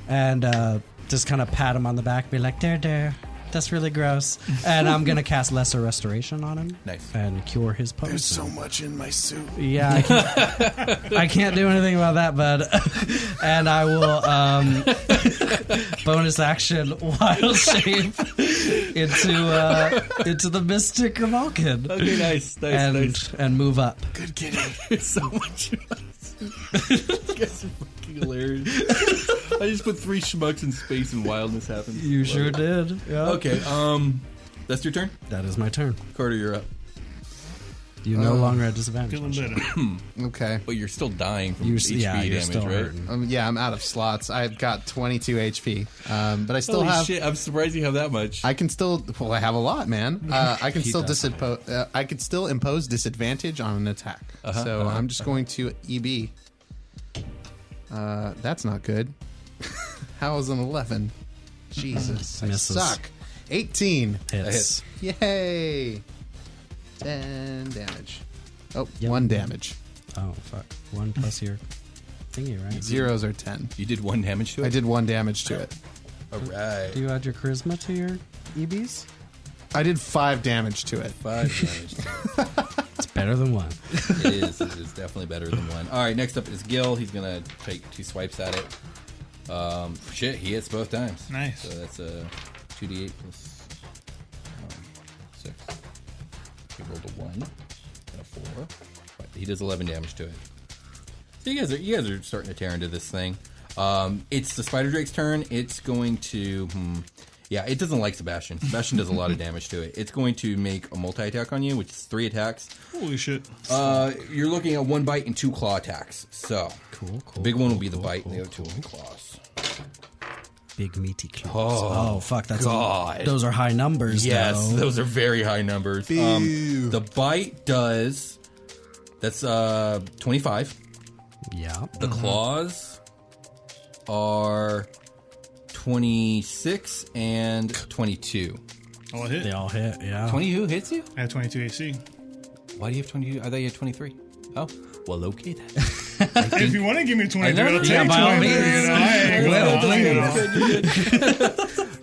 and uh, just kind of pat him on the back, be like, there, there. That's really gross. And I'm going to cast Lesser Restoration on him.
Nice.
And cure his poison.
much in my soup.
Yeah, I can't, I can't do anything about that, bud. and I will um, bonus action wild shape into uh, into the mystic Vulcan
Okay, nice, nice,
and and move up.
Good kitty.
It's so much. you guys are fucking hilarious. I just put three schmucks in space and wildness happens.
You sure did. Yeah.
Okay, um, that's your turn.
That is my turn.
Carter, you're up.
You no
Um,
longer at disadvantage.
Feeling better.
Okay.
But you're still dying from
You're, s-
HP
yeah, you're
damage,
still
right?
hurting.
Um, yeah, I'm out of slots. I've got 22 HP, um, but I still
Holy
have.
shit! I'm surprised you have that much.
I can still. Well, I have a lot, man. Uh, I can
He
still
does.
disimpose. Uh, I could still impose disadvantage on an attack. so I'm just going to EB. Uh, that's not good. How is an 11? Jesus, I
Misses.
suck. 18.
Hits.
Yay! 10 damage. Oh,
Yep.
one damage.
Oh fuck! One plus your thingy, right?
Zeros are 10.
you did one damage to it.
I did one damage to it.
All right,
Do you add your charisma to your E EBs?
I did five damage to it.
five damage. To it.
It's better than one.
it is. It is definitely better than one. All right, next up is Gil. He's gonna take two swipes at it. Um, shit, he hits both times.
Nice.
So that's a two d eight plus um, six. He rolled a one and a four. Right, He does eleven damage to it. So you guys are you guys are starting to tear into this thing. Um, it's the spider drake's turn. It's going to. Hmm, yeah, it doesn't like Sebastian. Sebastian does a lot of damage to it. It's going to make a multi attack on you, which is three attacks.
Holy shit.
Uh, you're looking at one bite and two claw attacks. So cool, cool. Big one will be the bite, and the other two will be claws.
Big meaty claws.
Oh,
Oh, fuck! That's
God.
those are high numbers.
Yes,
though.
those are very high numbers. Um, the bite does. That's uh 25.
Yeah.
The claws are 26 and 22.
Oh, I hit.
They all hit. Yeah.
20 who hits you?
I have 22 AC.
Why do you have 22? I thought you had 23. Oh, well, okay then.
If you want to give me 23,
I know.
I'll take
Yeah, by all
23. You
means.
know, I ain't gonna lie,
Well,
you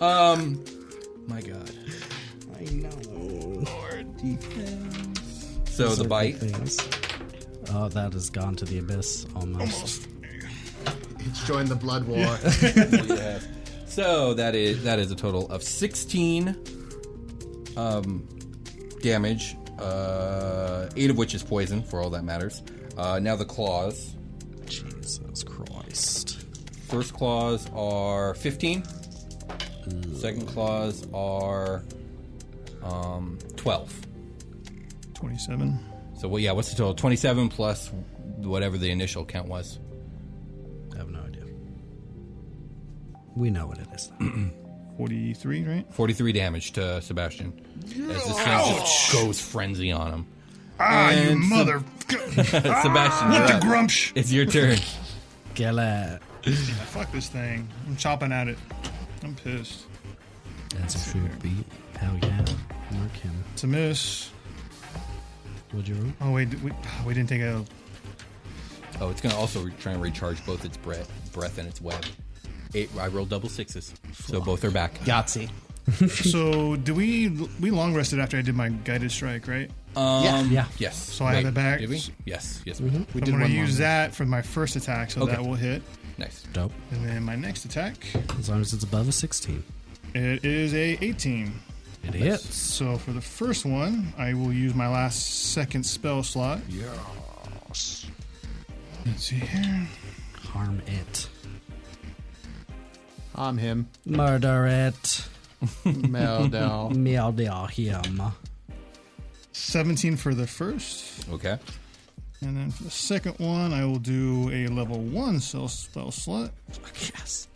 know.
Um, My god.
I know.
So Oh, the bite.
Things. Oh, that has gone to the abyss almost.
It's joined the blood war.
So that is that is a total of sixteen um, damage, uh, eight of which is poison, for all that matters. Uh, now the claws.
Jesus Christ.
First claws are fifteen. Second claws are um, twelve.
27.
So well, yeah, what's the total? Twenty-seven plus whatever the initial count was.
We know what it is.
Mm.
43, right?
43 damage to Sebastian. As this thing just goes frenzy on him.
Ah, you
And Ah. Seb-
mother.
Sebastian,
What
you're
the
up.
grumsh?
it's your turn.
Kill it.
Fuck this thing. I'm chopping at it. I'm pissed.
That's a true beat. Hell yeah. Mark him.
It's a miss.
Would you roll?
Oh, wait. We, we didn't take a.
Oh, it's going to also re- try and recharge both its breath, breath and its web. Eight, I rolled double sixes, so both are back.
Yahtzee.
So, do we. We long rested after I did my guided strike, right?
Um,
Yeah.
Yes.
So I have it back. Mm-hmm.
Did we? Yes. Yes.
We
I'm
did
going
one
to use
long.
that for my first attack, so
Okay.
that will hit.
Nice.
Dope.
And then my next attack,
As long as it's above a 16.
it is a 18.
It hits.
So for the first one, I will use my last second spell slot. Yes. Let's see here.
Harm it.
I'm him.
Murder it.
Meldo.
Meow him.
17 for the first.
Okay.
And then for the second one, I will do a level 1 spell, spell slot.
Yes.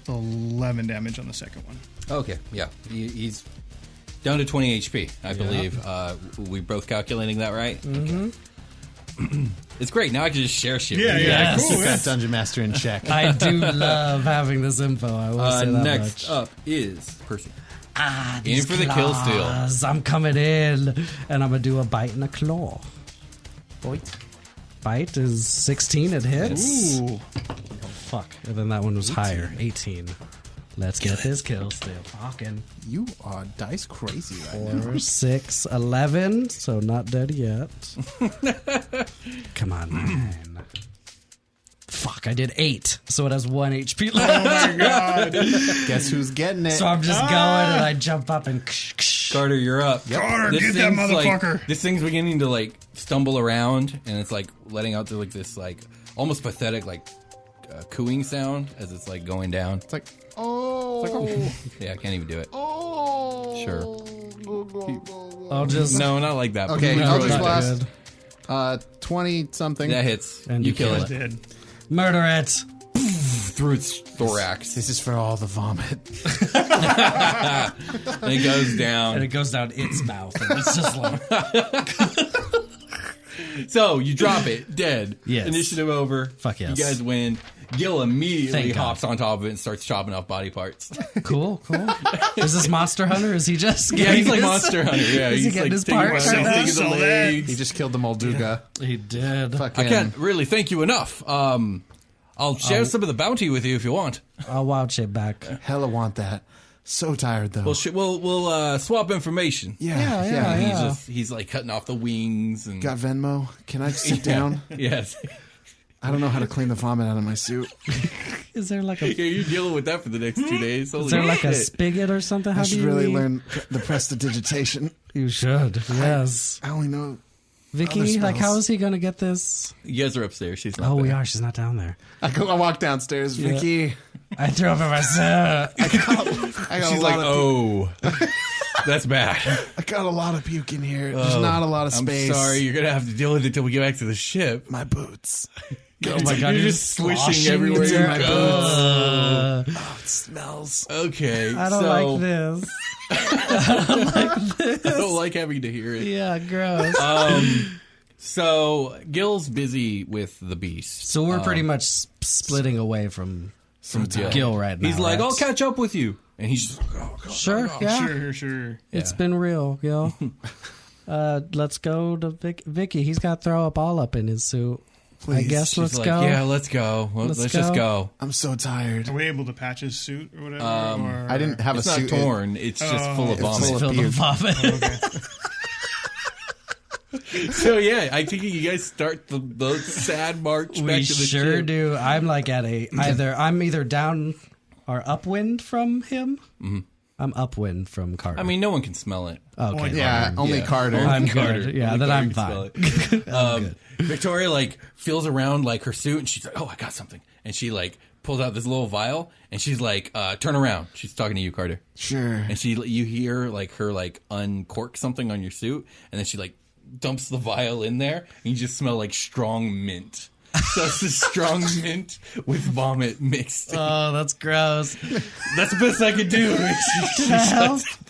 It's 11 damage on the second one.
Okay. Yeah. He, he's down to 20 HP, I believe. Uh, we both calculating that right? Mm-hmm. it's great. Now I can just share shit. with you.
Yes. Keep that dungeon master in check.
I do love having this info. I will
Uh,
say that
next
much.
up is Percy.
ah,
in
these
for the kill steal.
claws. I'm coming in, and I'm gonna do a bite and a claw.
Boit.
Bite is 16. It hits. Oh,
Ooh.
Fuck. And then that one was higher. 18. Let's get this kill steal. Fucking
You are dice crazy right now.
four, six, 11. So not dead yet. Come on, man. Fuck, I did eight. So it has one HP left.
Guess who's getting it?
So I'm just going and I jump up and ksh, ksh.
Carter, you're up.
Carter, get that
thing's, like-
motherfucker.
this thing's beginning to like stumble around, and it's like letting out the, like this like almost pathetic like uh, cooing sound as it's like going down.
It's like, oh,
Yeah, I can't even do it.
oh.
Sure.
I'll just
No, not like that.
Okay, I'll
Really
just
not.
blast uh, 20 something.
That hits.
And
you
you
kill
kill
it
Dead.
murder it.
through its thorax.
This is for all the vomit.
and it goes
And
down.
it goes down its mouth. And it's just like
So you drop it, dead.
Yes.
Initiative over.
Fuck yes.
You guys win. Gil immediately
Thank God.
hops on top of it and starts chopping off body parts.
cool, cool. Is this Monster Hunter? Is he just
yeah,
getting
he's like
his-
Monster Hunter. Yeah,
Is he
he's
getting
like
his
taking
parts
parts
right now?
taking the
So that-
legs.
He just killed the Molduga.
He did.
Fucking.
I can't really thank you enough. Um, I'll share some of the bounty with you if you want.
I'll wild shape back.
Hella want that. So tired though.
We'll sh- we'll we'll uh, swap information.
yeah,
Yeah,
yeah,
yeah,
And
yeah.
He's just he's like cutting off the wings and
Got Venmo? Can I sit down?
yes.
I don't know how to clean the vomit out of my suit.
Is there like a
yeah, you're dealing with that for the next two days. Holy
is there like a
shit.
spigot or something? How
I
do
should
you
really
eat?
learn the prestidigitation.
You should. Yes,
I only know.
Vicky.
Other
Like, how
spells.
is he gonna get this?
You guys are upstairs. She's not
Oh,
there.
we are. She's not down there.
I go. I walk downstairs. Vicky.
I threw up in my suit.
I got
She's
a
like,
lot of.
oh, that's bad.
I got a lot of puke in here. There's not a lot of
Oh, I'm
space.
sorry. You're gonna have to deal with it till we get back to the ship.
My boots.
Oh my god,
You're
you're
just squishing
sloshing
everywhere
into
you
my
go.
boots.
It smells.
Okay.
I don't
so,
like this.
I don't like having to hear it.
Yeah, gross.
Um, so Gil's busy with the beast.
so we're pretty much s- splitting away from
From Uh, Gil.
Gil right now.
He's like,
right?
I'll catch up with you, and he's just,
sure, yeah.
Sure, sure.
It's been real, Gil. uh, let's go to Vic- Vicky. He's got throw up all up in his suit. I guess
she's
let's
like,
go.
Yeah, let's go. Let- Let's,
Let's
just go.
go.
I'm so tired.
Are we able to patch his suit or whatever? or...
I didn't have
It's
a
not
suit.
torn. It's just full of
it's
vomit.
full of
Fill the
puke.
vomit.
so yeah, I think you guys start the, the sad march back
we
to the
sure
ship.
do. I'm like at a either I'm either down or upwind from him. I'm upwind from Carter.
I mean, no one can smell it.
okay,
Yeah, only
Yeah.
Carter.
Only
Oh, I'm
Carter-
good. Yeah,
only
then
Carter
I'm
can smell it. um, Victoria like feels around like her suit and she's like, "Oh, I got something," and she like pulls out this little vial and she's like, uh, "Turn around." She's talking to you, Carter.
Sure.
And she, you hear like her like uncork something on your suit, and then she like dumps the vial in there, and you just smell like strong mint. So it's just strong mint with vomit mixed.
Oh, that's gross.
That's the best I could do.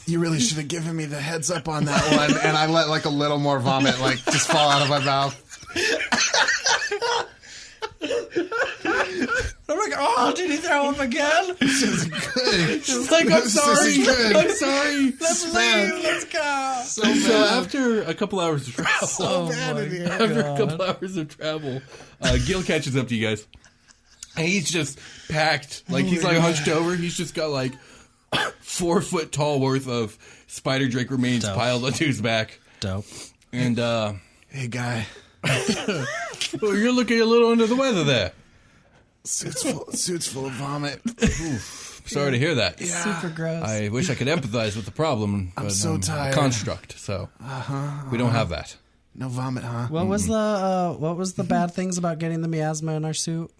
You really should have given me the heads up on that one, and I let like a little more vomit like just fall out of my mouth.
I'm like, oh, did he throw up again?
She's
like, "I'm
This is good.
I'm sorry.
Let's leave. Let's go.
so
So
bad.
after a couple hours of travel, after a couple hours of travel, uh, Gil catches up to you guys, and he's just packed. Like he's like hunched over. He's just got like four foot tall worth of spider drake remains
Dope.
piled onto his back,
Dope.
and uh,
Hey, guy.
well, you're looking a little under the weather there.
Suit's full, suit's full of vomit.
Sorry to hear that.
Super gross.
I wish I could empathize with the problem. But
so
a
tired.
construct, so we don't have that.
No vomit, huh?
what was the uh, what was the bad things about getting the miasma in our suit?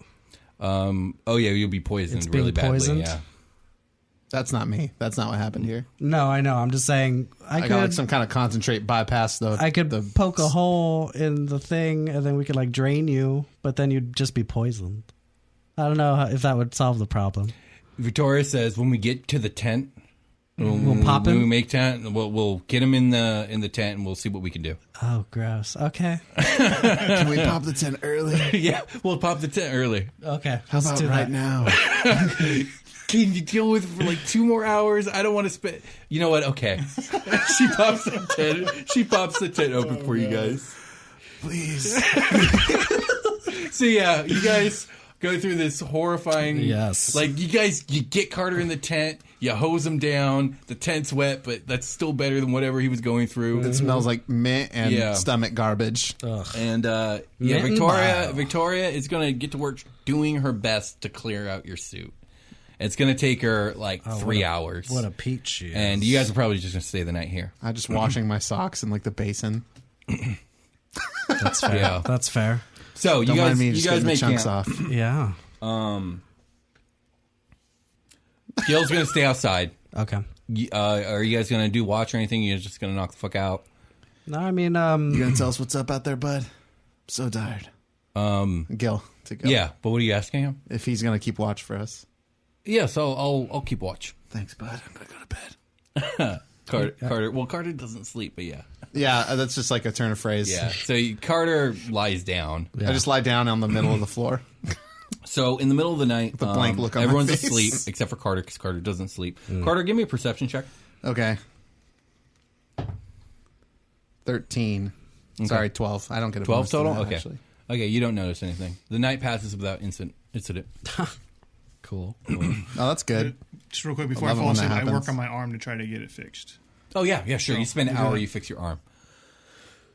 Oh yeah, you'll be poisoned
It's being
really badly.
poisoned?
Yeah.
That's not me. That's not what happened here.
No, I know. I'm just saying. I,
I
could
got like some kind of concentrate bypass though.
I could poke a hole in the thing, and then we could like drain you, but then you'd just be poisoned. I don't know how, if that would solve the problem.
Victoria says when we get to the tent, when,
We'll
when
pop
we- when
him?
we make tent, we'll, we'll get him in the in the tent, and we'll see what we can do.
Oh, gross. Okay.
Can we pop the tent early?
yeah, we'll pop the tent early.
Okay.
How about right now?
Can you deal with it for like two more hours? I don't want to spend. You know what? Okay, she pops the tent. She pops the tent open for you guys.
Please.
So yeah, you guys go through this horrifying.
Yes.
Like you guys, you get Carter in the tent. You hose him down. The tent's wet, but that's still better than whatever he was going through.
It smells like mint and
Yeah.
stomach garbage.
And uh, yeah,
Mitten
Victoria
bio.
Victoria is going to get to work doing her best to clear out your suit. It's going to take her like three hours.
Oh, What a peach she is.
and you guys are probably just going to stay the night here.
I just washing my socks in like the basin.
That's fair.
Yeah.
That's fair.
So you
Don't
guys,
mind me
you
just
guys
getting the
make
chunks
camp.
off.
Yeah.
Gil's going to stay outside.
Okay.
You- Uh, are you guys going to do watch or anything? You're just going to knock the fuck out.
No, I mean, um,
You gonna tell us what's up out there, bud? so tired. Um, Gil, to go.
Yeah, but what are you asking him?
if he's gonna keep watch for us.
Yeah, so I'll I'll keep watch.
Thanks, bud. I'm gonna go to bed.
Carter, Carter. Well, Carter doesn't sleep, but yeah,
Yeah, uh, that's just like a turn of phrase.
yeah. So you- Carter lies down.
I just lie down on the middle of the floor.
So in the middle of the night, um,
The blank look on my
everyone's
face. Mm.
asleep except for Carter because Carter doesn't sleep. Carter, give me a perception check.
Okay. Thirteen. Sorry, twelve. I don't get a
Twelve
bonus to
total.
that,
okay,
actually.
okay. You don't notice anything. The night passes without incident. Incident.
cool.
Oh, that's good.
Just real quick before
I
I
love it
fall
when that
asleep, I work
happens.
on my arm to try to get it fixed.
Oh yeah, yeah. Sure. You spend an hour. You fix your arm.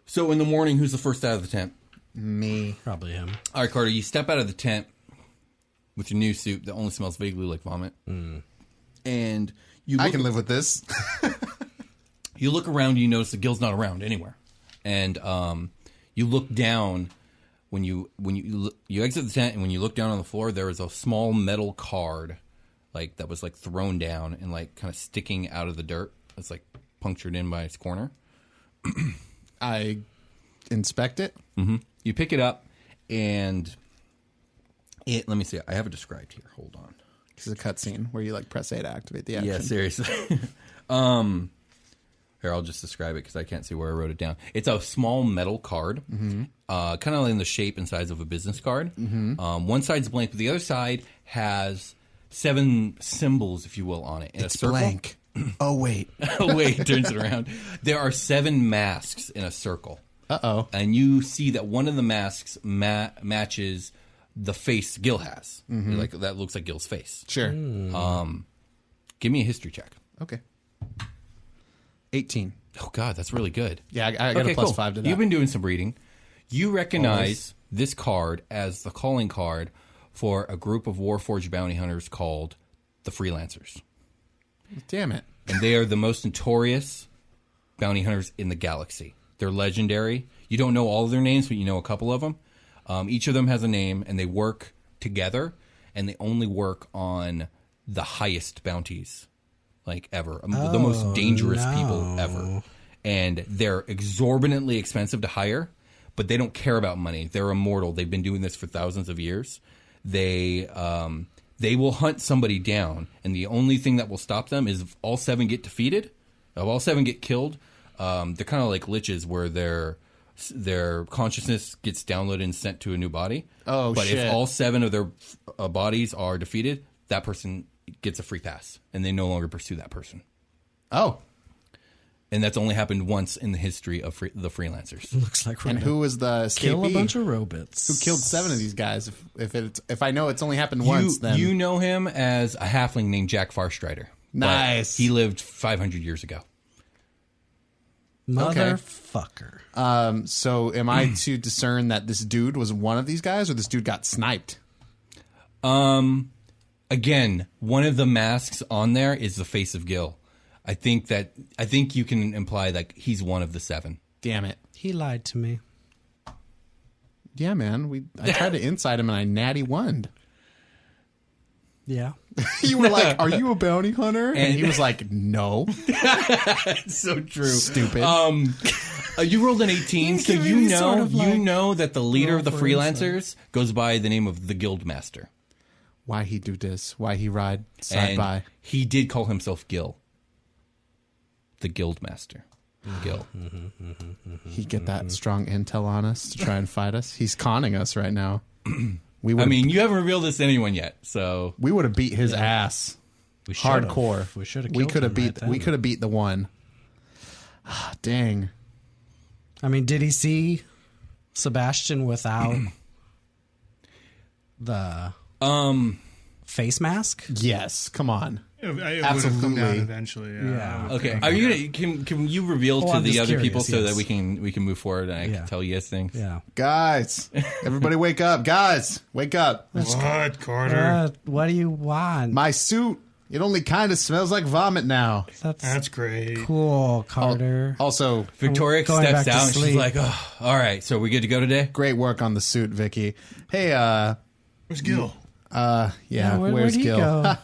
So in the morning, who's the first out of the tent?
Me.
Probably him.
All right, Carter. You step out of the tent with your new suit that only smells vaguely like vomit, and you
Hmm. I
look,
can live with this.
you look around. You notice that Gil's not around anywhere, and um, you look down when you when you look- you exit the tent and when you look down on the floor, there is a small metal card like that was like thrown down and like kind of sticking out of the dirt. It's like punctured in by its corner.
I inspect it.
You pick it up and it. Let me see. I have it described here. Hold on.
This is a cutscene where you like press A to activate the action.
Yeah, seriously. um, here I'll just describe it because I can't see where I wrote it down. It's a small metal card, uh, kind of in the shape and size of a business card. Um, one side's blank, but the other side has seven symbols, if you will, on it. In a circle.
Blank. oh wait.
Wait, it turns it around. There are seven masks in a circle,
Uh oh.
and you see that one of the masks ma- matches the face Gil has.
Mm-hmm.
Like that looks like Gil's face.
Sure.
Give me a history check.
Okay. Eighteen.
Oh God, that's really good.
Yeah, I, I got a plus
cool.
five to that.
You've been doing some reading. You recognize this card as the calling card for a group of Warforged bounty hunters called the Freelancers.
Damn it.
And they are the most notorious bounty hunters in the galaxy. They're legendary. You don't know all of their names, but you know a couple of them. Um, each of them has a name, and they work together, and they only work on the highest bounties, like ever, Um, the most dangerous people ever. and they're exorbitantly expensive to hire, but they don't care about money. They're immortal. They've been doing this for thousands of years. They um, they will hunt somebody down, and the only thing that will stop them is if all seven get defeated. If all seven get killed, um, they're kind of like liches, where their their consciousness gets downloaded and sent to a new body.
Oh,
but
shit.
if all seven of their uh, bodies are defeated, that person gets a free pass, and they no longer pursue that person
Oh,
and that's only happened once in the history of free, the freelancers.
Looks like we're
and
gonna
who was the
kill a
escapee?
bunch of robots.
who killed seven of these guys? If if it, if I know it's only happened
You,
once, then
you know him as a halfling named Jack Farstrider. But
Nice.
He lived 500 years ago.
Motherfucker.
um. So am I to discern that this dude was one of these guys, or this dude got sniped?
Again, one of the masks on there is the face of Gil. I think that I think you can imply that he's one of the seven.
Damn it!
He lied to me.
Yeah, man. We I tried to inside him and I natty one.
Yeah.
You were like, "Are you a bounty hunter?" And,
And-
he was like, "No,
So true.
stupid."
Uh, you rolled an 18, so
giving
you
me
know
sort of like
you know that the leader of the
roll for insight.
freelancers goes by the name of the Guildmaster.
why he do this? Why he ride side
and
by?
He did call himself Gil, the Guildmaster.
Mm.
Gil.
He get that strong intel on us to try and fight us. He's conning us right now. We
I
would
mean, you haven't revealed this to anyone yet, so
we would have beat his ass
We should've.
hardcore.
We should have.
We could have beat.
Right
we
we
could have beat the one. Ah, dang.
I mean, did he see Sebastian without the
um,
face mask?
Yes, come on.
It, it would have come
Absolutely.
down eventually. Yeah.
Yeah.
I would
okay.
think.
Are you gonna, can can you reveal
Oh,
to
I'm
the
just
other people
curious,
so
yes.
that we can we can move forward and I
Yeah.
can tell you yes things?
Yeah.
Guys, everybody wake up. Guys, wake up.
What, Carter?
Uh, what do you want?
My suit, it only kind of smells like vomit now.
That's,
That's great.
cool, Carter.
Also,
Victoria
Going
steps
back to
out and she's
sleep.
like, oh, "All right, so we good to go today?"
great work on the suit, Vicky. Hey, uh,
Where's Gil?
uh, yeah,
Yeah, where-
where's
where'd he
Gil?
go?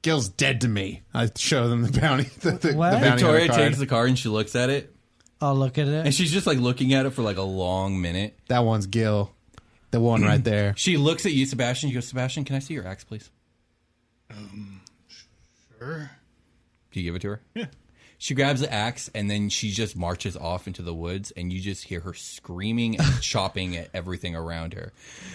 Gil's dead to me. I show them the bounty. The, the, the
What?
bounty
Victoria
hunter card.
takes the card and she looks at it,
I'll look at
and
it.
she's just like looking at it for like a long minute.
that one's Gil, the one right there.
She looks at you, Sebastian. You go, Sebastian, can I see your axe, please?
Sure.
Do you give it to her? Yeah. She grabs the axe and then she just marches off into the woods, and you just hear her screaming and chopping at everything around her.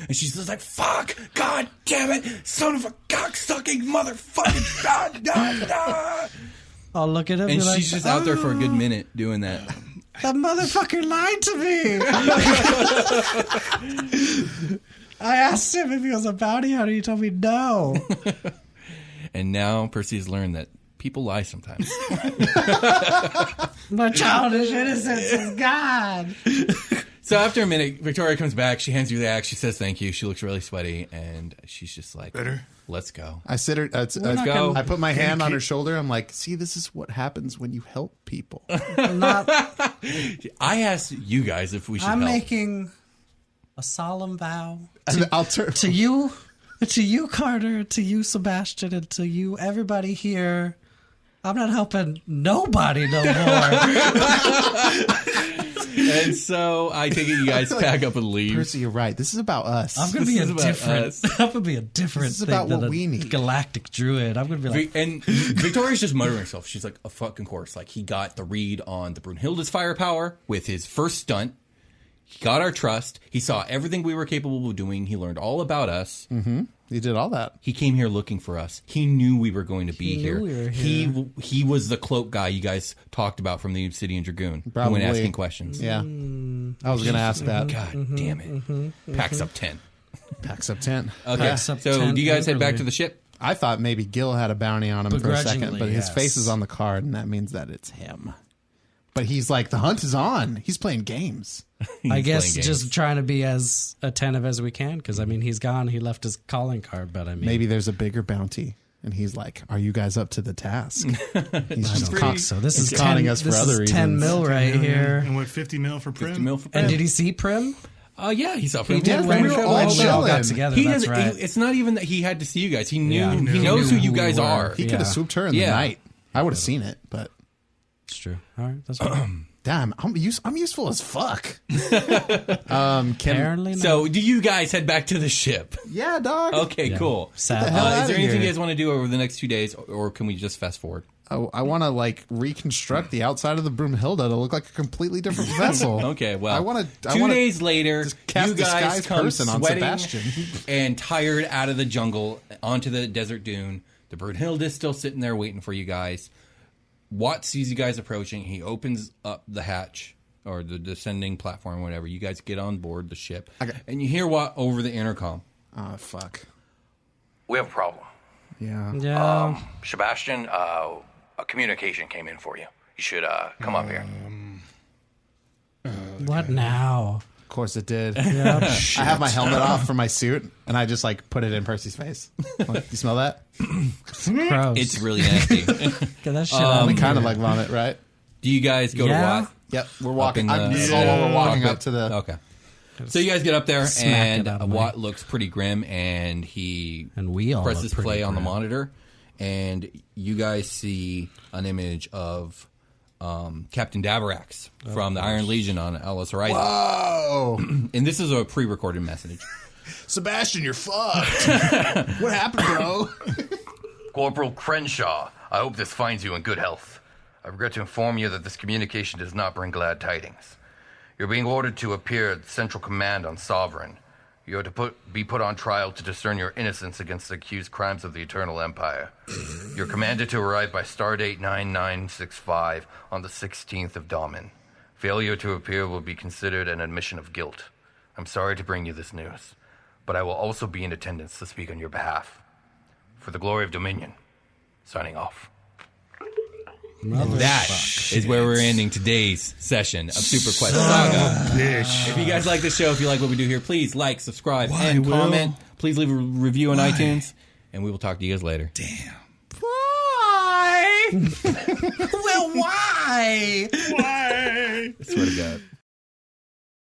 And she's just like, "Fuck! God damn it! Son of a cocksucking motherfucking god!" da, da."
I'll look at it.
And
be like,
she's just out there for a good minute doing that.
That motherfucker lied to me. I asked him if he was a bounty hunter. He told me no.
And now Percy's learned that people lie sometimes.
My childish innocence is gone.
so after a minute, Victoria comes back. She hands you the axe. She says thank you. She looks really sweaty, and she's just like,
Better?
"Let's go."
I sit her. Uh,
not gonna-
I put my hand on her shoulder. I'm like, see, this is what happens when you help people.
I'm not.
I asked you guys if we should
I'm
help.
making a solemn vow
And I'll turn.
to you, to you, Carter, to you, Sebastian, and to you, everybody here. I'm not helping nobody no more.
and so I take it you guys pack up and leave.
Percy, you're right. This is about us.
I'm gonna
This
be
is
a
about
different.
us.
I'm gonna be a different
This is
thing
about
than
what
a
we need.
galactic druid. I'm gonna be like,
Vi- and Victoria's just muttering herself. She's like, a fucking course. Like, he got the read on the Brunhilde's firepower with his first stunt. He got our trust. He saw everything we were capable of doing. He learned all about us.
You did all that.
He came here looking for us. He knew we were going to be
knew
here.
we were
He
here.
w- he was the cloak guy you guys talked about from the Obsidian Dragoon when
Probably.
asking questions.
Yeah.
Mm.
I was going to ask that.
God damn it. Packs up 10.
Packs up tent.
Okay.
Yeah.
So,
up 10
do you guys head back
overlay.
to the ship?
I thought maybe Gil had a bounty on him for a second,
Begrudgingly,
but his
yes.
face is on the card, and that means that it's him. But he's like, the hunt is on. He's playing games.
I
He's
guess
playing
just trying to be as attentive as we can because I mean he's gone. He left his calling card, but I mean
Maybe there's a bigger bounty. And he's like, are you guys up to the task? He's
I
just
don't
con-
think so. This
he's
is
conning
10
us for
this
other
is ten
reasons.
mil right here.
And what, 50 mil for Prim?
50 mil for
And did he see Prim?
Oh yeah, he saw. He
did
We
when
were
we were
all
all
about-
we all got
chilling.
together.
He
that's
doesn't.
right.
he- it's not even that he had to see you guys. He knew.
Yeah.
he
He
knows
knew
who you
who
guys
we were.
are.
He could
Yeah.
have swooped her in
Yeah.
the night. I would have seen it, but
It's true. All right, that's fine.
Damn, I'm use, I'm useful as fuck. um, can
Apparently, not.
So, do you guys head back to the ship?
yeah, dog.
Okay, cool.
Sad.
hell
Uh,
outta
is there anything
here.
you guys want to do over the next few days, or- or can we just fast forward?
I, I want to like reconstruct the outside of the Broomhilda to look like a completely different vessel.
Okay, well,
I want to. I
Two
want
days later,
cast
you guys
disguise
come
person on
sweating
Sebastian.
and tired out of the jungle onto the desert dune. The Brunhilde is still sitting there waiting for you guys. Watt sees you guys approaching. He opens up the hatch or the descending platform, whatever. You guys get on board the ship,
Okay.
and you hear Watt over the intercom.
Oh fuck.
We have a problem.
Yeah.
yeah,
Sebastian, uh, a communication came in for you. You should uh, come up here.
what now?
Of course it did.
Yeah,
I have my helmet off for my suit, and I just like put it in Percy's face. Like, you smell that?
gross.
It's really nasty.
Get that shit
Um,
out of
Kind of like vomit, right?
Do you guys go
Yeah.
to Watt?
Yep. We're walking.
in
I'm,
the-
so we're walking
Cockpit.
up to the.
Okay. So you guys get up there,
Smack
and
it out of my-
Watt looks pretty grim, and he
And we all look
presses
pretty
play on the
grim.
monitor, and you guys see an image of um, Captain Daverax from the Iron Legion on Alice Horizon,
Oh,
and this is a pre-recorded message.
Sebastian, you're fucked. what happened, bro?
Corporal Crenshaw, I hope this finds you in good health. I regret to inform you that this communication does not bring glad tidings. You're being ordered to appear at Central Command on Sovereign. You are to put, be put on trial to discern your innocence against the accused crimes of the Eternal Empire. You're commanded to arrive by Stardate 9965 on the 16th of Damin. Failure to appear will be considered an admission of guilt. I'm sorry to bring you this news, but I will also be in attendance to speak on your behalf. For the glory of Dominion, signing off.
That is where we're ending today's session of Super Quest Saga. If you guys like the show, if you like what we do here, please like, subscribe, and comment. Please leave a review on iTunes, and we will talk to you guys later.
Why?
I swear to God.